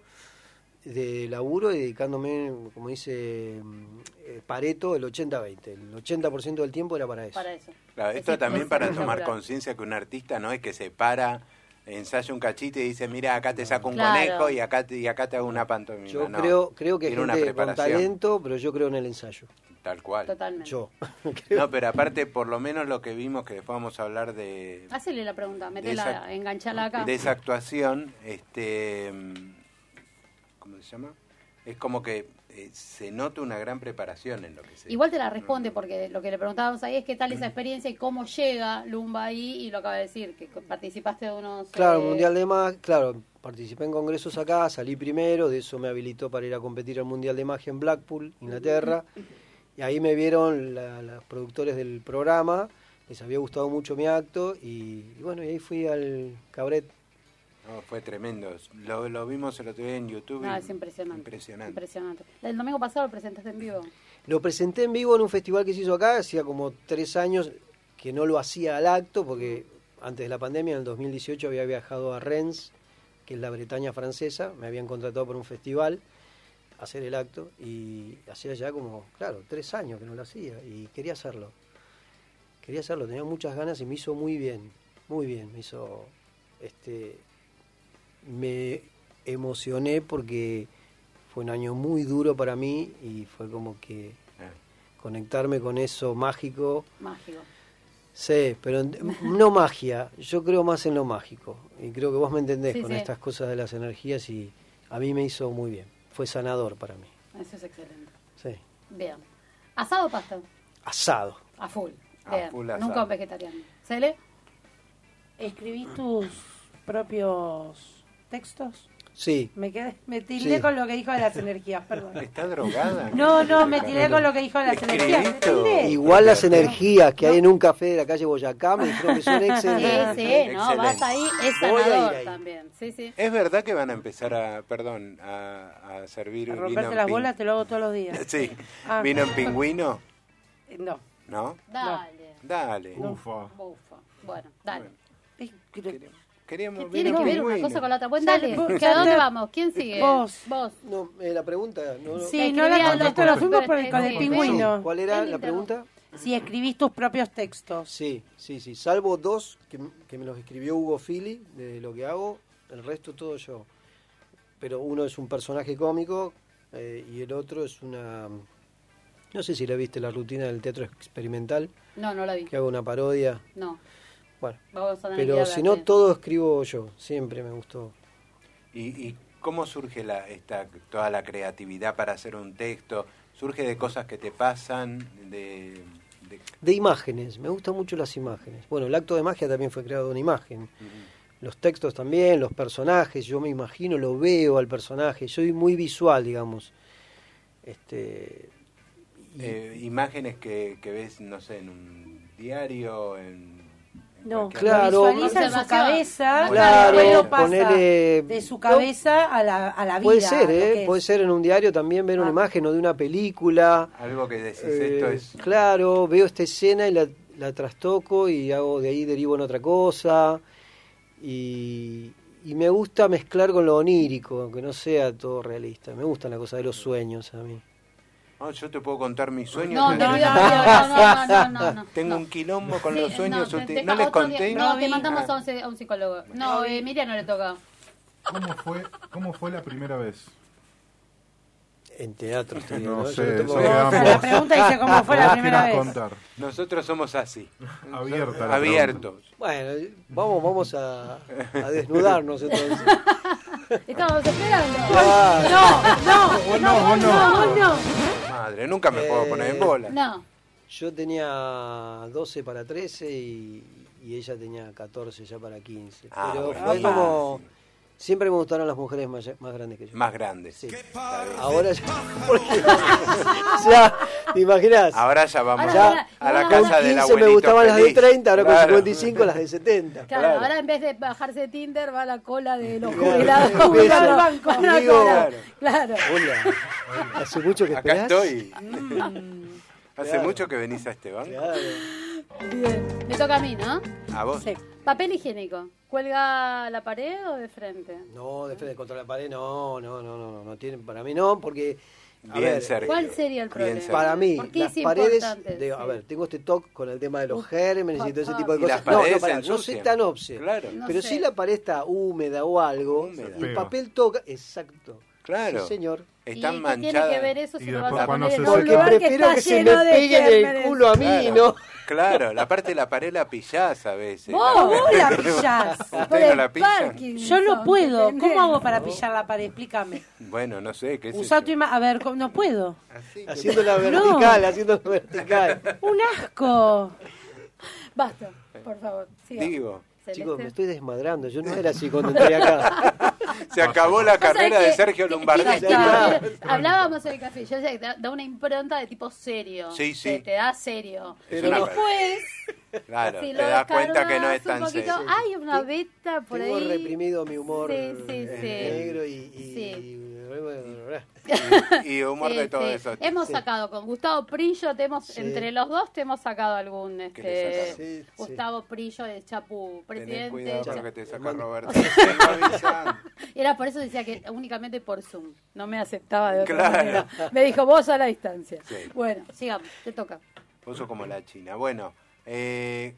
de laburo y dedicándome, como dice mm, eh, Pareto, el 80-20. El 80% del tiempo era para eso.
Para eso.
claro,
Es
esto
decir,
también
es
para
espectacular.
tomar conciencia que un artista no es que se para, ensaya un cachito y dice, mira, acá te saco un
Claro.
conejo y acá te, y acá te hago una pantomima.
Yo
No,
creo, creo que hay
tiene una
gente con
preparación.
talento, pero yo creo en el ensayo.
Tal cual.
Totalmente.
Yo.
No, pero aparte, por lo menos lo que vimos, que después vamos a hablar de,
Hacele la pregunta,
De esa-
metela, enganchala Ah, acá.
de esa actuación, este, mm, ¿cómo se llama? Es como que eh, se nota una gran preparación en lo que se
Igual te la responde porque lo que le preguntábamos ahí es qué tal esa experiencia y cómo llega Lumba ahí y lo acaba de decir, que participaste de unos...
Claro, el
eh,
Mundial de Magia, claro, participé en congresos acá, salí primero, de eso me habilitó para ir a competir al Mundial de Magia en Blackpool, Inglaterra, y ahí me vieron la- los productores del programa, les había gustado mucho mi acto, y, y bueno, y ahí fui al Cabret.
No, fue tremendo. Lo, lo vimos el otro día en YouTube.
No,
y-
Ah, es impresionante.
Impresionante.
Impresionante. El domingo pasado lo presentaste en vivo.
Lo presenté en vivo en un festival que se hizo acá, hacía como tres años que no lo hacía al acto, porque antes de la pandemia, en el 2018, había viajado a Rennes, que es la Bretaña francesa, me habían contratado para un festival, a hacer el acto, y hacía ya como, claro, tres años que no lo hacía, y quería hacerlo. Quería hacerlo, tenía muchas ganas y me hizo muy bien, muy bien, me hizo, este, me emocioné porque fue un año muy duro para mí y fue como que
Ah.
conectarme con eso mágico.
Mágico.
Sí, pero en- no magia, yo creo más en lo mágico. Y creo que vos me entendés
Sí,
con
sí.
estas cosas de las energías y a mí me hizo muy bien. Fue sanador para mí.
Eso es excelente.
Sí.
Bien. Asado o pasta.
Asado.
A full.
A
Bien.
full asado.
Nunca un vegetariano. ¿Sele?
¿Escribís tus propios textos?
Sí.
Me quedé, me tildé
Sí.
con lo que dijo de las energías, perdón.
¿Está drogada?
No, no, me tildé con lo que dijo de las
Escribí
energías. me
todo.
tildé.
Igual las energías que hay en un café de la calle Boyacá me dijeron que son
Sí,
excelentes.
Ah, sí, no,
Excelente.
vas ahí, es
Voy a ir
sanador
ahí.
también. Sí, sí.
Es verdad que van a empezar a, perdón, a, a servir
A
vino
romperte
en
las
pin-
bolas te lo hago todos los días.
Sí,
Ah.
vino en pingüino,
No.
¿no?
Dale.
Dale.
Ufa.
Bufa. Bueno, dale.
Es que-
Queríamos
¿Qué tiene
vino
que ver una
pingüino.
cosa con la otra? Bueno,
Ya
dale.
te-
¿Que ¿A
ya
dónde
te-
vamos? ¿Quién sigue?
Vos.
Vos.
No, eh, la pregunta. No, no.
Sí,
Escribí
no la
algo
contestó, nos fuimos
súper
por el, con el
específico.
pingüino.
¿Cuál era
Él
la
interrumpe.
pregunta?
Si escribís tus propios textos.
Sí, sí, sí. Salvo dos que, m- que me los escribió Hugo Fili de lo que hago, el resto todo yo. Pero uno es un personaje cómico eh, y el otro es una. No sé si la viste, la rutina del teatro experimental,
No, no la vi.
que hago una parodia.
No.
Bueno,
Vamos a tener que ir
pero
a
si
ver
no,
qué-
todo escribo yo. Siempre me gustó.
¿Y, y cómo surge la, esta, toda la creatividad para hacer un texto? ¿Surge de cosas que te pasan? De, de-
De imágenes, me gustan mucho las imágenes. Bueno, el acto de magia también fue creado de una imagen. Los textos también, los personajes, yo me imagino, lo veo al personaje, soy muy visual, digamos. Este, y-
eh, imágenes que, que ves, no sé, en un diario, en, en
No,
Claro.
claro, visualiza en su
Observación.
cabeza,
Claro,
y después lo pasa
ponele-
de su cabeza a, la, a la vida.
Puede ser,
lo
¿eh?
que es. Ah.
puede ser en un diario también ver una imagen o de una película.
Algo que decís,
Eh,
esto es...
Claro, veo esta escena y la, la trastoco y hago de ahí derivo en otra cosa. Y, y me gusta mezclar con lo onírico, aunque no sea todo realista. Me gustan las cosas de los sueños a mí.
No, "Oh, yo te puedo contar mis sueños.
No,
pero
no, no, no, no, no, no.
Tengo un quilombo con los sueños.
no,
ulti-
te-
No, les
otro día-
conté.
No, te mandamos
Ah,
a, un, a un psicólogo. No, eh, Miriam no le toca.
¿Cómo fue, cómo fue la primera vez?
En teatro, estoy
No
viendo, ¿eh?
sé,
Yo tengo-
eso queda
O sea, la pregunta dice cómo fue la
¿Vos
primera
querés
vez.
contar?
Nosotros somos así.
Abierta la
Abiertos.
Bueno, vamos, vamos a, a desnudarnos entonces.
Estábamos esperando.
Ah,
No, no,
Vos no, vos no.
Ah, no, vos no.
Madre, nunca me puedo poner en
Eh,
bola.
No,
yo tenía 12 para 13 y, y ella tenía 14 ya para 15.
Ah,
Pero
bueno,
fue
bien.
como... Siempre me gustaron las mujeres más, más grandes que yo.
Más grandes.
Sí. Ahora ya... porque- ya, ¿te imaginás?
Ahora ya vamos
Ahora,
a- a la
ahora,
casa
con
del
15
abuelito.
me gustaban las de
feliz.
30, ahora
Claro.
con 55 las de 70.
claro,
Claro.
ahora en vez de bajarse de Tinder va a la cola de los
Claro.
jubilados.
Claro.
jubilados del banco.
Claro.
Van a la
Digo,
cola. Claro.
Hola. Hace mucho que
Acá
esperás.
estoy. Hace
Claro.
mucho que venís a este banco.
Claro.
Bien. Me toca a mí, ¿no?
A vos.
Sí.
Papel higiénico. ¿Cuelga a la pared o de frente?
No, de frente contra la pared, no, no, no, no, no, no tienen para mí no, porque a
Bien
ver, eh,
cerca.
¿Cuál sería el
Bien
problema?
para mí
¿Por qué
las
es
paredes,
importante?
digo,
Sí.
a ver, tengo este toque con el tema de los gérmenes y todo ese
papá.
tipo de
Y las
cosas. No,
paredes se
no, pará, no soy
ensucian.
tan obse.
Claro.
No
pero
sé.
si la pared está húmeda o algo,
Húmeda.
y el
Pega.
papel toca, exacto.
Claro.
Sí, señor.
¿Y
Están
qué tiene que
manchadas.
ver eso si
Y
lo
después
vas a
cuando
poner
se
en
seca.
un
Porque
lugar que
prefiero
está
que se me
lleno de
pegue en el
gérmenes?
culo a mí,
Claro.
¿no?
Claro, la parte de la pared la pillás a veces.
Vos,
La-
vos la pillás.
Por
¿Ustedes no
el
la pillan?
parking,
Yo no
son,
puedo.
¿entendés?
¿Cómo hago
Oh.
para pillar la pared? Explícame.
Bueno, no sé, qué sé
Usa
yo.
tu imagen. A ver, ¿cómo? no puedo.
Así que-
Haciéndola vertical, haciéndola vertical.
Un asco.
Basta, por favor. siga.
Digo,
Celeste.
Chicos, me estoy desmadrando, yo no era así cuando entré acá.
se acabó la
Vos sabés
carrera de
que-
Sergio
que-
Lombardi.
chicos,
Ya
chicos, Hablábamos en el café, yo sé que da- da una impronta de tipo serio.
Sí, sí.
Te, te da serio.
Es
y
una-
después,
Claro,
si
te
lo
das cuenta que no
descargas
es tan
un poquito,
serio.
Hay una beta por
Tengo
ahí.
reprimido mi humor
Sí, sí,
eh,
sí.
negro y... y-
Sí.
y-
Y humor de
Este,
todo eso.
Hemos
Sí.
sacado con Gustavo Prillo, te hemos,
Sí.
entre los dos te hemos sacado algún
Que le
este,
sacaron.
Sí, sí.
Gustavo Prillo de Chapu,
Tenés
presidente.
cuidado
de
con lo que
Chapu.
te saca
Armando.
Roberto. Te avisan.
Era por eso decía que únicamente por Zoom. No me aceptaba de otra
Claro.
manera. Me dijo vos a la distancia.
Sí.
Bueno, sigamos, te toca.
Vos sos como la China. Bueno, eh,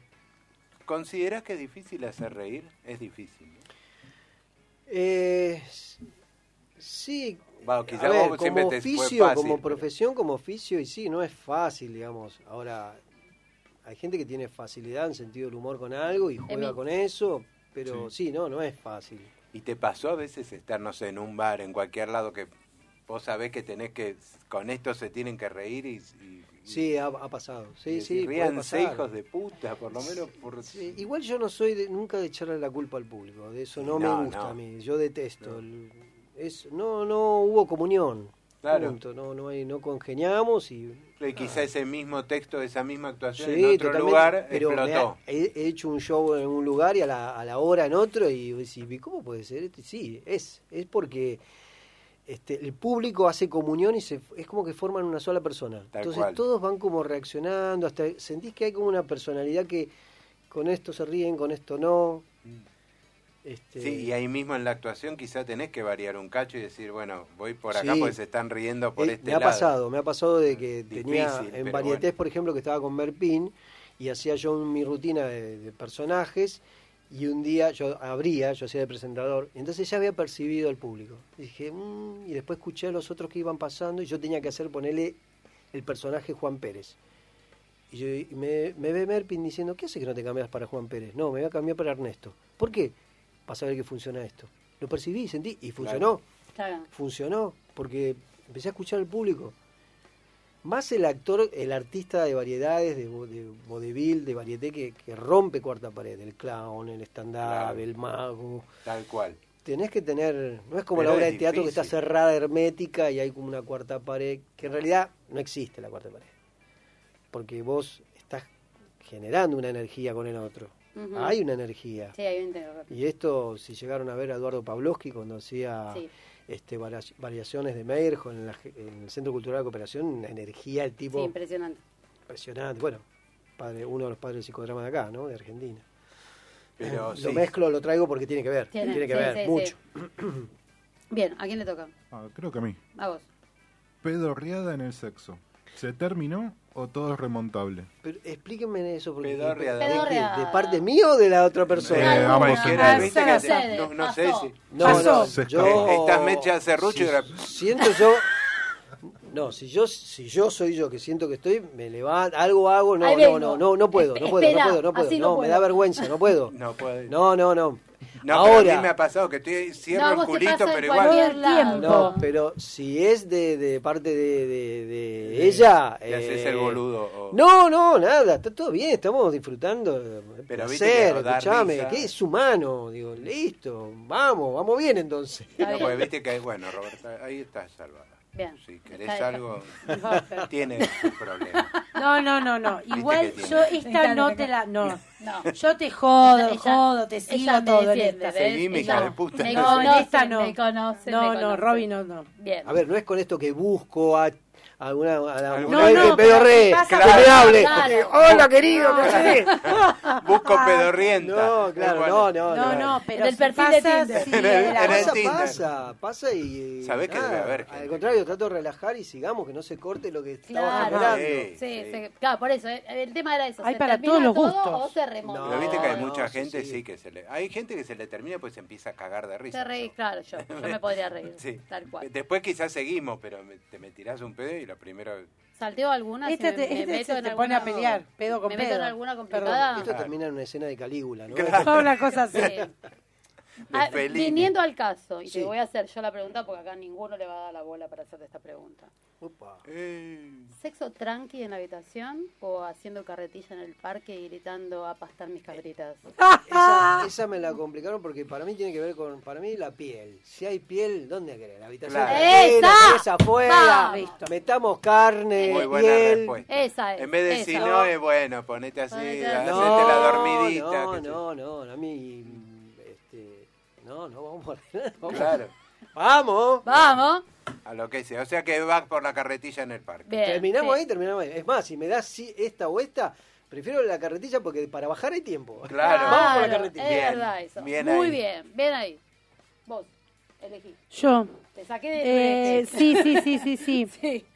¿considerás que es difícil hacer reír? Es difícil. ¿no?
Eh, s- sí.
Va,
a
quizá
ver,
vos siempre
como
te fue
oficio,
fácil,
como
pero-
profesión, como oficio, y sí, no es fácil, digamos. Ahora, hay gente que tiene facilidad en sentido del humor con algo y juega
Emi.
con eso, pero sí, no, no es fácil.
¿Y te pasó a veces estar, no sé, en un bar, en cualquier lado que vos sabés que tenés que, con esto se tienen que reír y... y- y-
Sí, ha, ha pasado.
y
Sí,
decir,
sí, puede
ríanse,
pasar.
hijos de puta, por lo menos por...
Sí, igual yo no soy de- nunca de echarle la culpa al público, de eso no,
No,
me gusta
no.
a mí, yo detesto. el- es, no, no hubo comunión.
Claro.
punto, no, no, hay, no congeniamos y...
Y quizá ese mismo texto, esa misma actuación
Sí,
en otro
totalmente,
lugar
pero me
explotó.
ha- he, he hecho un show en un lugar y a la, a la hora en otro y decís, "¿Y ¿cómo puede ser? esto?". Sí, es, es porque este, el público hace comunión y se, es como que forman una sola persona.
Tal
Entonces
cual.
todos van como reaccionando, hasta sentís que hay como una personalidad que con esto se ríen, con esto no. Este,
Mm. Sí, y ahí mismo en la actuación quizá tenés que variar un cacho y decir, bueno, voy por acá
Sí.
porque se están riendo por
Eh,
este
me ha
lado. Mm,
pasado, me ha pasado de que
Difícil,
tenía
pero
en varietés,
bueno.
por ejemplo, que estaba con Merpin y hacía yo un- mi rutina de, de personajes y un día yo abría, yo hacía de presentador, y entonces ya había percibido al público. Dije, "Mm", y después escuché a los otros que iban pasando y yo tenía que hacer ponerle el personaje Juan Pérez. Y, yo, y me, me ve Merpin diciendo, ¿qué hace que no te cambias para Juan Pérez? No, me voy a cambiar para Ernesto. ¿Por qué? Para saber que funciona esto. Lo percibí, sentí, y funcionó
Claro.
funcionó porque empecé a escuchar al público. Más el actor, el artista de variedades, de, vo- de vodevil, de varieté, que, que rompe cuarta pared, el clown, el stand-up,
Claro.
el mago.
Tal cual.
Tenés que tener, no es como
Pero
la obra
es
de teatro que está
difícil.
cerrada, hermética, y hay como una cuarta pared, que en realidad no existe la cuarta pared. Porque vos estás generando una energía con el otro.
Ujú.
Hay una energía.
Sí, hay un inter-
Y esto, si llegaron a ver a Eduardo Pavlovsky cuando
Ah.
hacía
Sí.
este, varia- variaciones de Meyerjo en, la- en el Centro Cultural de Cooperación, una energía, el
sí,
tipo
impresionante.
impresionante. Bueno, padre, uno de los padres del psicodrama de acá, ¿no? De Argentina.
Pero
lo
sí.
mezclo, lo traigo porque tiene que ver.
Tiene,
Tiene, que
sí,
ver,
sí,
mucho.
Bien, ¿a quién le toca?
Ah, creo que a mí.
A vos.
Pedorreada en el sexo. ¿Se terminó o todo es remontable?
Pero explíquenme eso. Porque
Pedorreada.
¿De, qué?
Pedorreada.
¿De parte mía o de la otra persona?
Eh, vamos,
Cualquiera,
Ah,
¿viste
se
que
accede,
te- no, no sé
pasó.
si.
No,
Pasó.
no,
Se
yo...
Estás mecha serrucho y gra-
Siento yo... No, si yo, si yo soy yo que siento que estoy, me levanto, algo hago, no,
Ahí
no,
vengo.
no, no, no puedo, no
Espe-
puedo, no
espera,
puedo, no puedo,
así
no,
no
me
puedo.
da vergüenza, no puedo.
No puede.
No, no, no.
No, pero a
Ahora,
mí me ha pasado que estoy cierro
No,
el
vos te
culito,
pasa en
pero
cualquier
igual.
lado.
no, pero si es de, de parte de, de- de ella...
Te haces el
eh,
boludo. o-
No, no, nada, está todo bien, estamos disfrutando. el
Pero viste
placer,
que dar
escuchame,
risa.
que es humano, digo, listo, vamos, vamos bien entonces.
No, porque viste que, bueno, Roberta, ahí estás salvada.
Bien.
Si
Está
querés
hecho.
algo,
Perfecto.
tiene su problema.
No, no, no, no. Igual
que tiene.
yo esta
encanta, me
no te la. No.
No.
Yo te jodo,
Ella-
jodo, te
ella
sigo
me
todo en
defiende,
esta.
¿ves?
Seguime,
Ella-
hija de puta.
Me
No, en
conoce,
esta no.
me conoce, me
No, no,
conoce.
Robin, no, no.
Bien.
A ver, no es con esto que busco a a alguna a la
No,
mujer
no,
que
pero
pedorree,
pasa
que
por
me hable.
claro.
Hola, querido, ¿qué haces?
Busco pedorrienta.
No, claro,
Igual.
no, no.
No, no, pero
En el
si
perfil de
pasa,
Tinder.
sí,
En el-
de la-
en el-
Pasa,
Tinder.
pasa, pasa y...
Sabés que
nada,
debe haber gente.
Al contrario, trato de relajar y sigamos, que no se corte lo que estamos
Claro.
hablando.
Sí,
Sí, sí.
se- claro, por eso, eh, el tema era eso.
Hay
¿se
para
termina
todos los
todo
gustos.
O se remonta.
No,
Pero viste que hay
no,
mucha
sí,
gente,
sí.
sí. que se le... Hay gente que se le termina pues se empieza a cagar de risa.
Se reí, claro, yo, yo me podría reír,
Sí.
tal cual.
Después quizás seguimos, pero me- te me tirás un pedo y lo primero...
Salteo alguna, si
Este
me-
te,
me
este
meto
se
en
te
alguna-
pone a pelear, pedo con
me
pedo.
meto en alguna complicada.
Perdón.
Esto termina en una escena de Calígula, ¿no?
Claro.
Toda una cosa así.
Sí. Ah,
Fellini.
viniendo al caso, y
Sí.
te voy a hacer yo la pregunta porque acá ninguno le va a dar la bola para hacerte esta pregunta.
Opa.
Eh,
¿Sexo tranqui en la habitación o haciendo carretilla en el parque y gritando a pastar mis cabritas?
Ah.
Esa, esa me la complicaron porque para mí tiene que ver con, para mí, la piel. Si hay piel, ¿dónde querés? La habitación
Claro.
tranquila,
¡Esa!
querés afuera.
Vamos.
Listo. Metamos carne,
muy buena
piel.
respuesta.
Esa es.
En vez de
esa.
decir no, es bueno, ponete así,
Ponete
hacete
así.
la dormidita.
No,
que sé-
no, no, a mí, este, no, no, vamos. Vamos.
Claro,
vamos.
Vamos.
a lo que sea. O sea que vas por la carretilla en el parque.
Bien.
Terminamos
sí.
ahí, terminamos ahí. Es más, si me das sí, esta o esta, prefiero la carretilla porque para bajar hay tiempo.
Claro.
Vamos por la
Claro,
carretilla.
Es
Bien,
verdad eso.
bien
Muy
ahí.
bien, bien ahí. Vos, elegí.
Yo.
Te saqué de...
Eh, sí, sí, sí, sí, sí.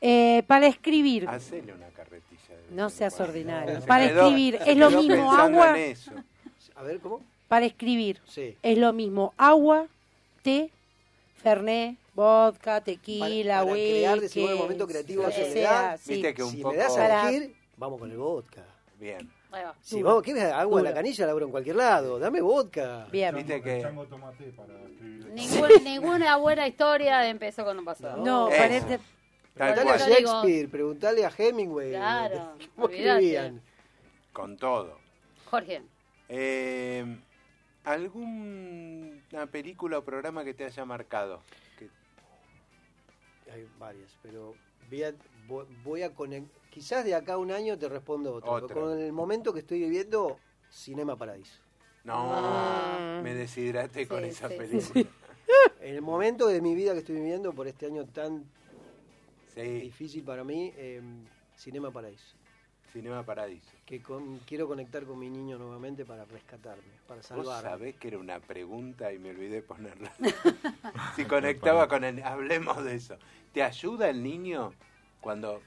Eh, para escribir.
Hacele una carretilla. de vez
No
en
seas
cuando.
ordinario.
Se
Para
quedó-
escribir,
se
es lo
quedó
mismo,
pensando
agua.
en eso.
A ver, ¿cómo?
Para escribir.
Sí.
Es lo mismo. Agua, té, fernet, vodka, tequila,
Para- para
whisky.
crear, decimos, el momento creativo,
lo
la
que sea,
soledad.
sí.
Viste que un
si
poco.
me das
Para-
a elegir, vamos con el vodka.
Bien.
Ahí va.
Si vamos, ¿quieres agua de la canilla? La abro en cualquier lado. Dame vodka.
Bien.
Viste que.
Chango tomate para escribir.
Ningún- ninguna buena historia empezó con un pasado.
No,
Eso.
parece.
Tal
Preguntale a
cual,
Yo digo-
Shakespeare, preguntale a Hemingway.
Claro,
¿Cómo
olvidate.
escribían?
Con todo.
Jorge,
Eh, ¿Alguna película o programa que te haya marcado? Que-
Hay varias, pero voy a, vo- voy a conectar. Quizás de acá a un año te respondo otra.
Otra.
Con el momento que estoy viviendo, Cinema Paraíso.
No,
Ah.
me deshidraté con
Sí,
esa
sí,
película.
El momento de mi vida que estoy viviendo por este año tan
Sí,
difícil para mí, eh, Cinema Paraíso.
Cinema Paradiso.
Que con- quiero conectar con mi niño nuevamente para rescatarme, para
Vos
salvarme.
sabés que era una pregunta y me olvidé ponerla. si conectaba con el... Hablemos de eso. ¿Te ayuda el niño cuando...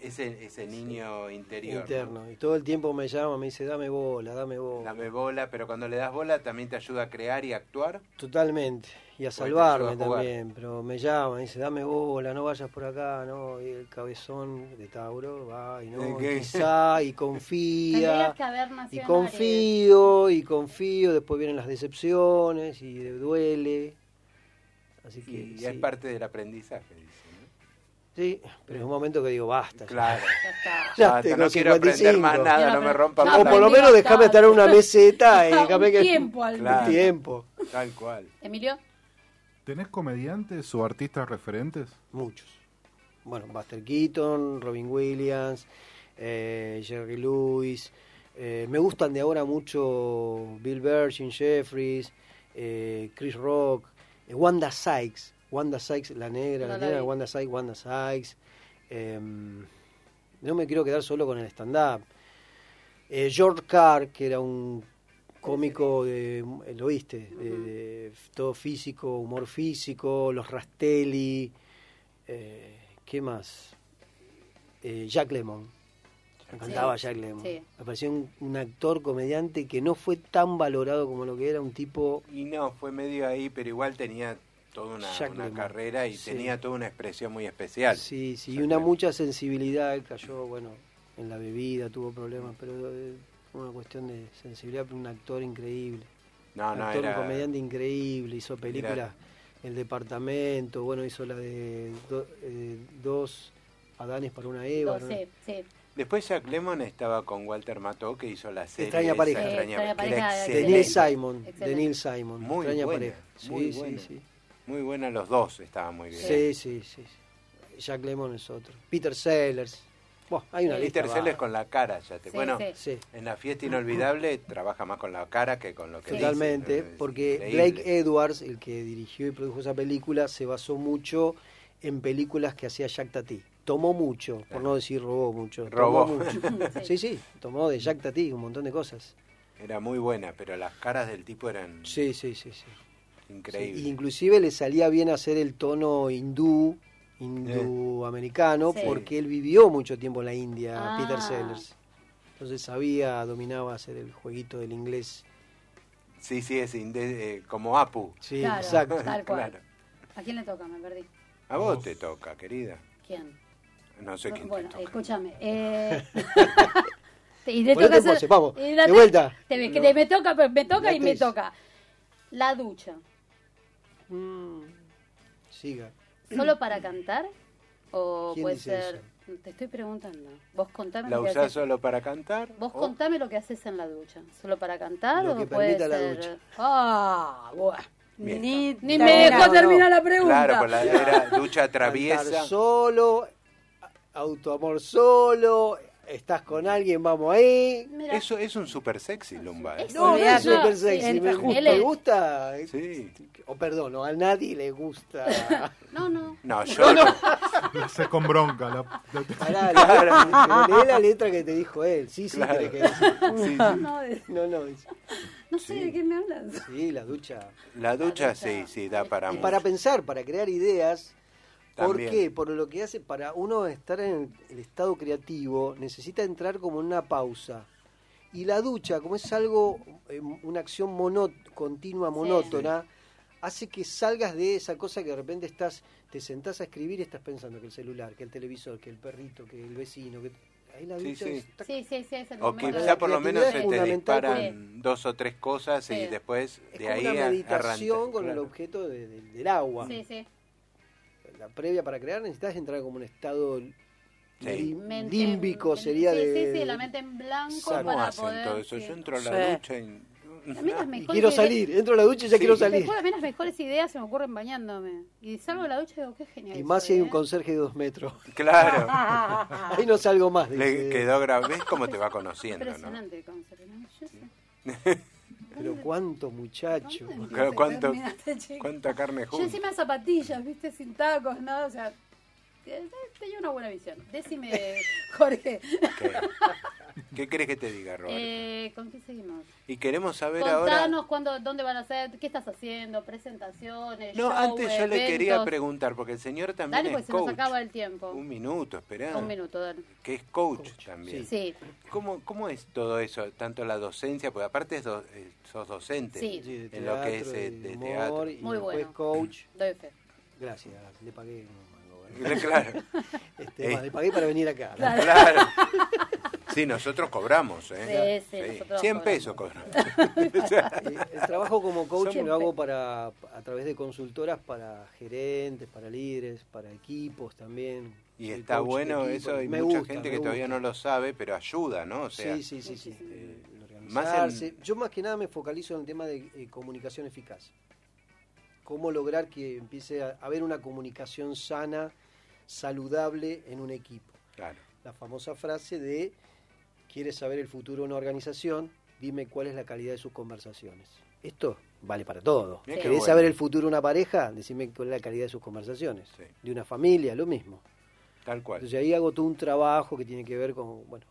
Ese, ese niño interior. ¿no?
Interno. Y todo el tiempo me llama, me dice, dame bola, dame bola.
Dame bola, pero cuando le das bola también te ayuda a crear y actuar.
Totalmente. Y a
te
salvarme
ayuda a jugar.
también. Pero me llama, me dice, dame bola, no vayas por acá, no. Y el cabezón de Tauro va y no,
¿De qué?
quizá, y confía.
tendrías que haber
Y
nacido en Aries.
confío, y confío, después vienen las decepciones, y duele. Así que.
Y
sí.
es parte del aprendizaje, dice. ¿no?
Sí, pero es un momento que digo, basta. ya.
Claro.
Ya está.
Ya
Basta,
tengo
no quiero aprender
55.
más nada,
Quiero
no me
aprender-
rompa
Ya
más
O por lo
aprendí
menos déjame estar en una meseta y
Un
déjame que.
tiempo, al
Claro.
Un tiempo.
Tal cual.
Emilio,
¿Tenés comediantes o artistas referentes?
Muchos. Bueno, Buster Keaton, Robin Williams, eh, Jerry Lewis, Eh, me gustan de ahora mucho Bill Virgin, Jeffries, eh, Chris Rock, eh, Wanda Sykes. Wanda Sykes, la negra,
No
la
la
negra,
vi.
Wanda Sykes, Wanda Sykes. Em, no me quiero quedar solo con el stand-up. Eh, George Carr, que era un cómico de, eh, lo viste, de, de f- todo físico, humor físico, los Rastelli, eh, ¿qué más? Eh, Jack Lemmon. Me encantaba
Sí,
Jack Lemmon.
sí.
Me pareció un, un actor comediante que no fue tan valorado como lo que era un tipo
Y no, fue medio ahí, pero igual tenía toda una,
Jack
una
Lemmon.
carrera y
Sí.
tenía toda una expresión muy especial.
Sí, sí, y una mucha sensibilidad, él cayó, bueno, en la bebida, tuvo problemas, pero eh, fue una cuestión de sensibilidad, pero un actor increíble.
Ah, No, no,
actor,
era-
un comediante increíble, hizo películas, El Departamento, bueno, hizo la de do- eh, Dos Adanes para una Eva. ¿no?
Sí, sí.
Después Jack Lemmon estaba con Walter Mató, que hizo la serie.
Extraña
esa,
pareja.
Sí, Extraña
que era
pareja,
De
excelente.
Neil Simon, de
Excelente.
Neil Simon,
Muy
extraña
buena,
pareja. Sí,
muy
sí,
buena.
sí.
Muy buena, los dos estaban muy bien.
Sí, sí, sí. Jack Lemmon es otro. Peter Sellers. Buah, hay una lista.
Peter Sellers
bárbara.
con la cara, ya te.
Sí,
bueno,
sí.
Sí.
en la fiesta inolvidable trabaja más con la cara que con lo que dice,
Totalmente,
¿no? Es
porque
increíble.
Blake Edwards, el que dirigió y produjo esa película, se basó mucho en películas que hacía Jack Tati. Tomó mucho, por no decir robó mucho.
Robó.
Tomó mucho. Sí, sí, tomó de Jack Tati un montón de cosas.
Era muy buena, pero las caras del tipo eran
Sí, sí, sí, sí.
increíbles.
Sí, y inclusive le salía bien hacer el tono hindú, hinduamericano,
Sí.
porque él vivió mucho tiempo en la India,
Ah.
Peter Sellers. Entonces sabía, dominaba hacer el jueguito del inglés.
Sí, sí, es inde- eh, como Apu.
Sí,
Claro,
exacto.
Tal cual.
Claro.
¿A quién le toca? Me perdí.
A vos te toca, querida.
¿Quién?
No sé quién
bueno,
te toca.
escúchame. Eh... y te
Ponete en pose, vamos,
y la-
de vuelta.
te- que te- me toca, pero me toca
La
y me
tres.
toca. La ducha.
Mm, siga.
¿Solo para cantar? ¿O
¿Quién
puede
dice
ser.? Te estoy preguntando. Vos contame
¿La
lo que
usás
haces-
solo para cantar? Oh,
Vos
o-
contame lo que haces en la ducha. ¿Solo para cantar
Lo
o
que
puede
permita
ser.?
la ducha.
Ah, bueno.
Bien.
Ni,
Ni
la
me
nena.
dejó
no,
terminar la pregunta.
Claro, con la era ducha
Cantar
traviesa.
solo, a- autoamor solo, estás con alguien, vamos ahí.
Mira,
Eso es un super sexy, Lumba. ¿eh?
Es-
No, no es
Olvidate.
super sexy,
Sí,
me
él-
gusta,
él
me
es-
gusta.
Sí.
O perdón, no, a nadie le gusta.
No, no.
No, yo
La haces con bronca. la- la-
Pará, la- pero lee la letra que te dijo él. Sí, sí,
Claro.
tiene que decir.
Sí, sí.
No, de-
No, no, dice,
no sé de qué me hablas.
sí, la ducha.
La ducha
ducha.
sí, sí, da para
Y
mucho.
para pensar, para crear ideas.
También.
¿Por qué? Por lo que hace, para uno estar en el estado creativo, necesita entrar como en una pausa. Y la ducha, como es algo, eh, una acción mono- continua, monótona, hace que salgas de esa cosa que de repente estás, te sentás a escribir y estás pensando que el celular, que el televisor, que el perrito, que el vecino, que ahí la
Sí,
ducha
sí.
es- tac,
Sí, sí, sí, es el
O
momento.
quizá
la
por lo menos se te
creatividad es fundamental.
disparan dos o tres cosas y
Sí.
después
es
de
como
ahí
una
a-
meditación
arrancas,
con el
claro.
objeto de- de- del agua.
Sí, sí.
La previa para crear necesitas entrar como en un estado
Sí.
lim-
Mente-
límbico,
mente-
sería
sí,
de...
Sí, sí, la
de-
mente en blanco
¿Cómo
¿Cómo
para
hacen
poder.
todo eso?
sí.
Yo entro a
Sí.
la ducha y...
A mí las
Y
mejores
quiero
ideas-
salir, entro a la ducha y ya
Sí.
quiero
te
salir.
juro, a mí las mejores ideas se me ocurren bañándome. Y salgo de la ducha y digo, qué genial.
Y más si
soy,
hay un
¿eh?
conserje de dos metros.
Ah.
Claro,
Ah.
Ahí no salgo más.
le
dice.
quedó grabado. ¿Ves cómo te va conociendo, no?
Impresionante el conserje, ¿no? Yo sé.
Pero cuánto muchacho.
¿Dónde empieza
Claro,
y
¿cuánto-
termina este chico?
Cuánta carne
Yo
junta.
encima zapatillas, viste, sin tacos, nada, o sea, eh, tenía una buena visión. Decime, Jorge,
¿Qué? ¿Qué crees que te diga, Roberto?
eh, ¿con qué seguimos?
y queremos saber ahora...
Contanos cuándo, dónde van a ser, qué estás haciendo, presentaciones,
No,
show,
antes yo le
eventos.
quería preguntar, porque el señor también
Dale, pues
es
se nos
coach.
acaba el tiempo.
Un
Un,
minuto, esperá.
minuto, dale.
Que es coach, también.
Sí,
¿Cómo, ¿Cómo es todo eso? Tanto la docencia, porque aparte es do- eh, sos docente
Sí.
Sí, de
en lo que es
teatro,
eh,
de
de
humor,
teatro.
Y
Muy
después
bueno.
coach.
doy fe.
Gracias, le pagué. un mango, ¿eh?
Claro,
Este,
Eh.
más, le pagué para venir acá.
claro. Sí, nosotros cobramos, ¿eh?
Sí, sí, nosotros
100
cobramos.
pesos cobramos. O sea,
Eh, El trabajo como coach
Somos-
lo hago para a través de consultoras para gerentes, para líderes, para equipos también.
y
Soy
está
coach de
bueno
equipo.
eso, hay
Me
mucha
gusta,
gente
me
que todavía
gusta.
no lo sabe, pero ayuda, ¿no? O sea,
sí, sí, sí, sí.
Muchísimo.
Eh, el
más en-
organizarse. Yo más que nada me focalizo en el tema de eh, comunicación eficaz. Cómo lograr que empiece a haber una comunicación sana, saludable en un equipo.
claro.
La famosa frase de ¿Quieres saber el futuro de una organización? Dime cuál es la calidad de sus conversaciones. Esto vale para todo.
Mirá
¿Querés
qué bueno.
saber el futuro de una pareja? Decime cuál es la calidad de sus conversaciones. De una familia, lo mismo.
Tal cual.
Entonces ahí hago todo un trabajo que tiene que ver con, bueno,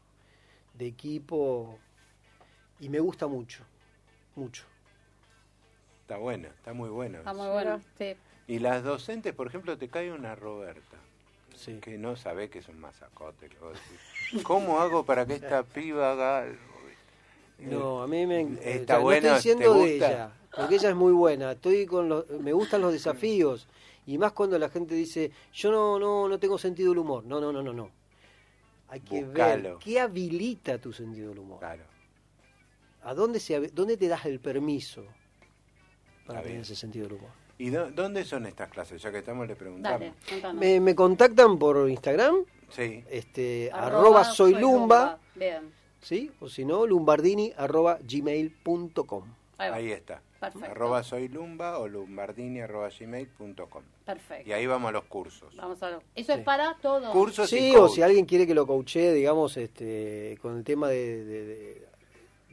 de equipo y me gusta mucho, mucho.
Está buena, está muy buena.
Está muy bueno. Sí.
Y las docentes, por ejemplo, te cae una Roberta.
Sí.
Que no sabe que es un masacote. le voy a decir. ¿Cómo hago para que esta piba haga algo?
No, a mí me
Está
eh, o sea,
bueno,
no
¿te
estoy diciendo de
gusta?
ella, porque ella es muy buena. Estoy con los, me gustan los desafíos y más cuando la gente dice, "Yo no no no tengo sentido del humor." No, no, no, no, no. Hay que ver
Buscalo.
qué habilita tu sentido del humor. ¿A dónde se hab- dónde te das el permiso
Está
para tener
bien.
ese sentido del humor?
¿Y dó- dónde son estas clases? Ya que estamos, le preguntamos.
Dale, contanos.
Me, me contactan por Instagram,
Sí.
este arroba soy lumba,
Bien,
¿sí? O si no, lumbardini arroba gmail.com.
ahí va.
Ahí está.
Perfecto.
Arroba soy lumba o lumbardini arroba gmail.com.
Perfecto.
Y ahí vamos a los cursos.
Vamos a ver. Eso es para todo.
Cursos y
Sí, o
coach.
si alguien quiere que lo coachee, digamos, este, con el tema de, de- de-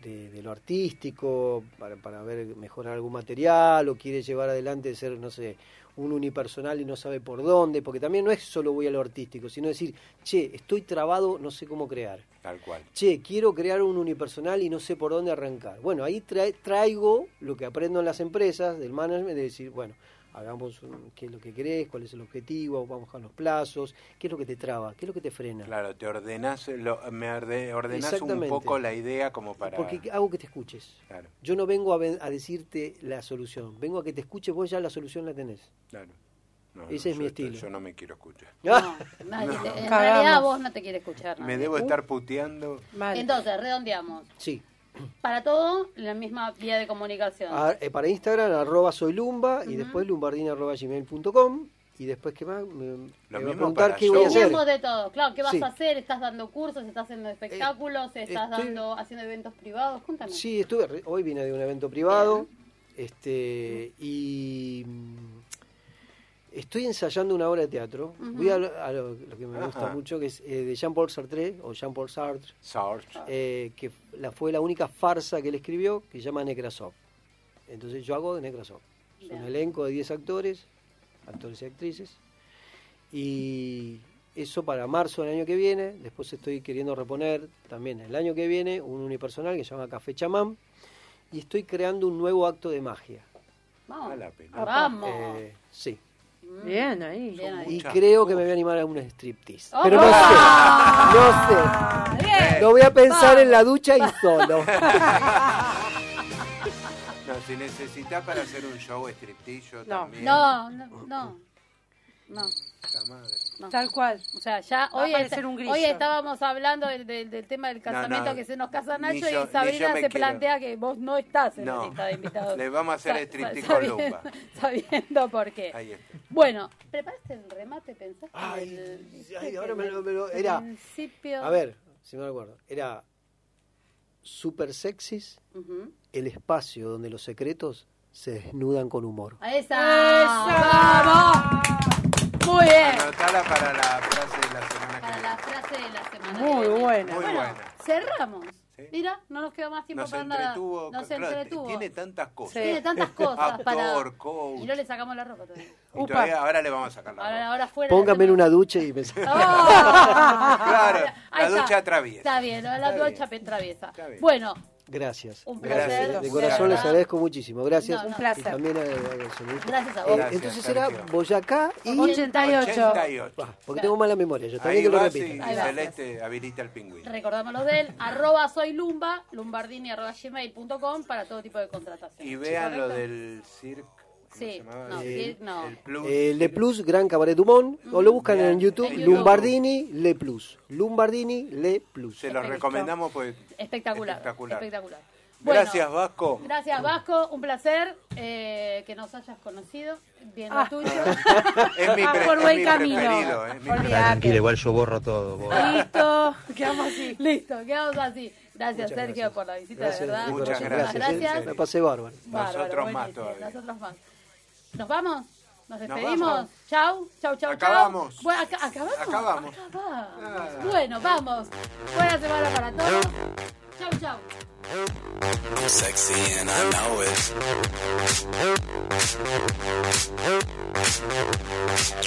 de- de lo artístico, para, para ver mejorar algún material, o quiere llevar adelante ser, no sé, un unipersonal y no sabe por dónde, porque también no es solo voy a lo artístico, sino decir, che, estoy trabado, no sé cómo crear.
Tal cual.
Che, quiero crear un unipersonal y no sé por dónde arrancar. Bueno, ahí trae- traigo lo que aprendo en las empresas, del management, de decir, bueno, hagamos un- qué es lo que querés, cuál es el objetivo, vamos a los plazos, qué es lo que te traba, qué es lo que te frena.
Claro, te ordenás, lo- me orde- ordenás un
Exactamente.
poco la idea como para...
Porque hago que te escuches.
Claro,
Yo no vengo a, ven- a decirte la solución, vengo a que te escuches, vos ya la solución la tenés.
claro. No,
Ese
no,
es
yo
mi
esto-
estilo.
Yo no me quiero escuchar.
Ah,
No, nadie te- en
Cagamos.
realidad vos no te quiere escuchar.
Me
nadie.
debo estar puteando.
Mal.
Entonces, redondeamos.
Sí.
Para todo, la misma vía de comunicación.
A- eh, para Instagram, arroba soy lumba y después lumbardina arroba gmail.com y después qué más me, me va a
mismo
preguntar
para
qué
yo.
voy a hacer.
Teníamos de todo, claro, ¿qué vas
Sí.
a hacer? ¿Estás dando cursos? ¿Estás haciendo espectáculos? ¿Estás
estoy-
dando haciendo eventos privados? Cuéntame.
Sí, estuve, re- hoy vine de un evento privado, este, y mm, estoy ensayando una obra de teatro. Voy a, lo, a lo- lo que me gusta
Ajá.
mucho, que es eh, de Jean-Paul Sartre, o Jean-Paul Sartre,
Sarge.
eh, que la, fue la única farsa que él escribió, que se llama Nekrasov. Entonces yo hago de Nekrasov. Es un
Bien.
elenco de 10 actores, actores y actrices. Y eso para marzo del año que viene. Después estoy queriendo reponer también el año que viene un unipersonal que se llama Café Chamán. Y estoy creando un nuevo acto de magia.
A
Vamos.
la pelota.
Vamos.
Eh, sí.
Bien, ahí.
Bien ahí.
Y
Mucha.
creo que me voy a animar a un striptease.
¡Opa! Eh.
Pero no sé. No sé.
Bien.
Lo voy a pensar en la ducha y solo.
No, si necesitas para hacer un show striptease, yo también.
No, no, no. No.
La madre.
Tal cual.
O sea, ya
Va a
hoy,
aparecer
est-
un grillo.
hoy estábamos hablando del, del- del tema del casamiento
no,
que se nos casa
ni
Nacho
yo-
y
ni
Sabrina
yo
se
me quiero.
plantea que vos no estás en la
No.
lista de invitados.
Le vamos a hacer
Sa-
striptease
sa-
con
sabiendo-
lumba.
Sabiendo por qué.
Ahí está.
Bueno, ¿preparaste el remate? ¿Pensaste? en el-
Ay,
viste
ay,
que
ahora me
en
lo,
el
me lo- Era,
principio-
a ver, si me acuerdo. Era super sexys
Ujú.
el espacio donde los secretos se desnudan con humor.
¡A esa! ¡Vamos! Muy bien.
Anotala para la frase de la semana que
Para
viene.
la frase de la semana.
Muy
que viene.
buena.
Muy
Bueno,
buena.
cerramos.
Sí.
Mira, no nos queda más tiempo
Nos
para nada.
entretuvo.
Nos
claro,
entretuvo.
Tiene tantas cosas.
Tiene tantas cosas para.
Actor, coach.
Y no le sacamos la ropa todavía.
Y todavía ahora le vamos a sacar la
Ahora,
ropa.
ahora fuera.
Póngame en una ducha y me
¡Ah!
Claro,
Ahí
la
está.
ducha atraviesa.
Está bien, la
Está bien.
ducha pe- traviesa.
Está bien.
Bueno,
Gracias.
Un
Gracias.
placer.
De corazón les agradezco muchísimo. Gracias.
No, no.
Un placer.
Y también a- a- a- sonido.
gracias a
Eh,
vos.
Gracias,
Entonces era
Sergio.
Boyacá y...
88.
88.
Ah, porque tengo mala memoria, yo también
Ahí
que lo
va,
repito.
sí,
Ahí va.
Celeste habilita el pingüino.
Recordamos los de él, arroba soy lumba, lumbardini arroba gmail.com para todo tipo de contratación.
Y vean lo
¿Correcto?
del circo.
Sí, no, Cirque no.
El plus.
Eh, Le Plus, Gran Cabaret Dumont, o lo buscan en YouTube,
En YouTube.
Lombardini, Le Plus. Lombardini, Le Plus.
Se los recomendamos pues.
Espectacular. Espectacular.
Espectacular.
Bueno,
Gracias, Vasco.
Gracias, Vasco. Un placer eh, que nos hayas conocido. Bien lo tuyo.
Es mi, pre-
Ah, Por
es
buen
mi
camino.
preferido. Es mi
Olvídate.
igual yo borro todo. borro.
Listo. Quedamos así.
Listo, quedamos así. Gracias, Sergio, por la visita,
Gracias,
de verdad.
de
Muchas
corazón,
gracias.
gracias. ¿eh?
Gracias.
La pasé bárbaro.
Bárbaro,
Nosotros más
buenísimo,
todavía.
Nosotros más. ¿Nos vamos? Nos
Nos
despedimos.
vamos.
Chau, chau, chau,
Acabamos.
chau. Bueno, aca- acabamos.
Acabamos.
Acabamos. Bueno, vamos. Buena semana para todos. Chau, chau.
Sexy and I know it.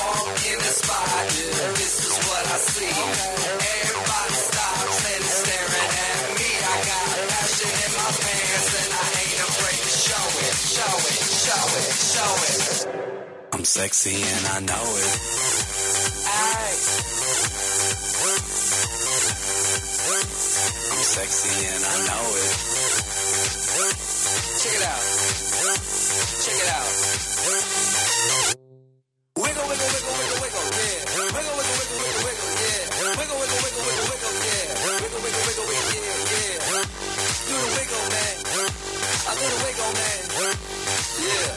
walk in the spot. Yeah, this is what I see. Everybody stops and is staring at me. I got passion in my pants and I ain't afraid to show it, show it, show it, show it. I'm sexy and I know it. I'm sexy and I know it. Check it out. Check it out. Wiggle, wiggle, wiggle, wiggle, wiggle, yeah. Wiggle, wiggle, wiggle, wiggle, wiggle, yeah. Wiggle, wiggle, wiggle, wiggle, wiggle, yeah. Wiggle, wiggle, wiggle, wiggle, yeah, yeah. Do the wiggle, man. I do the wiggle, man. Yeah.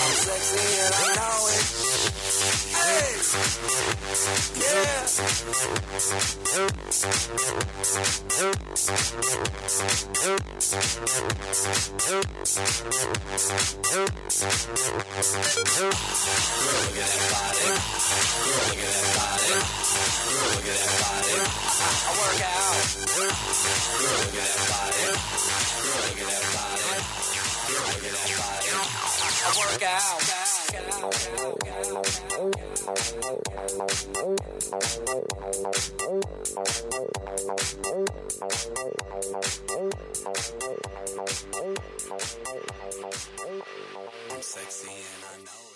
I'm sexy and I know it. Hey. I'm sexy and I know it.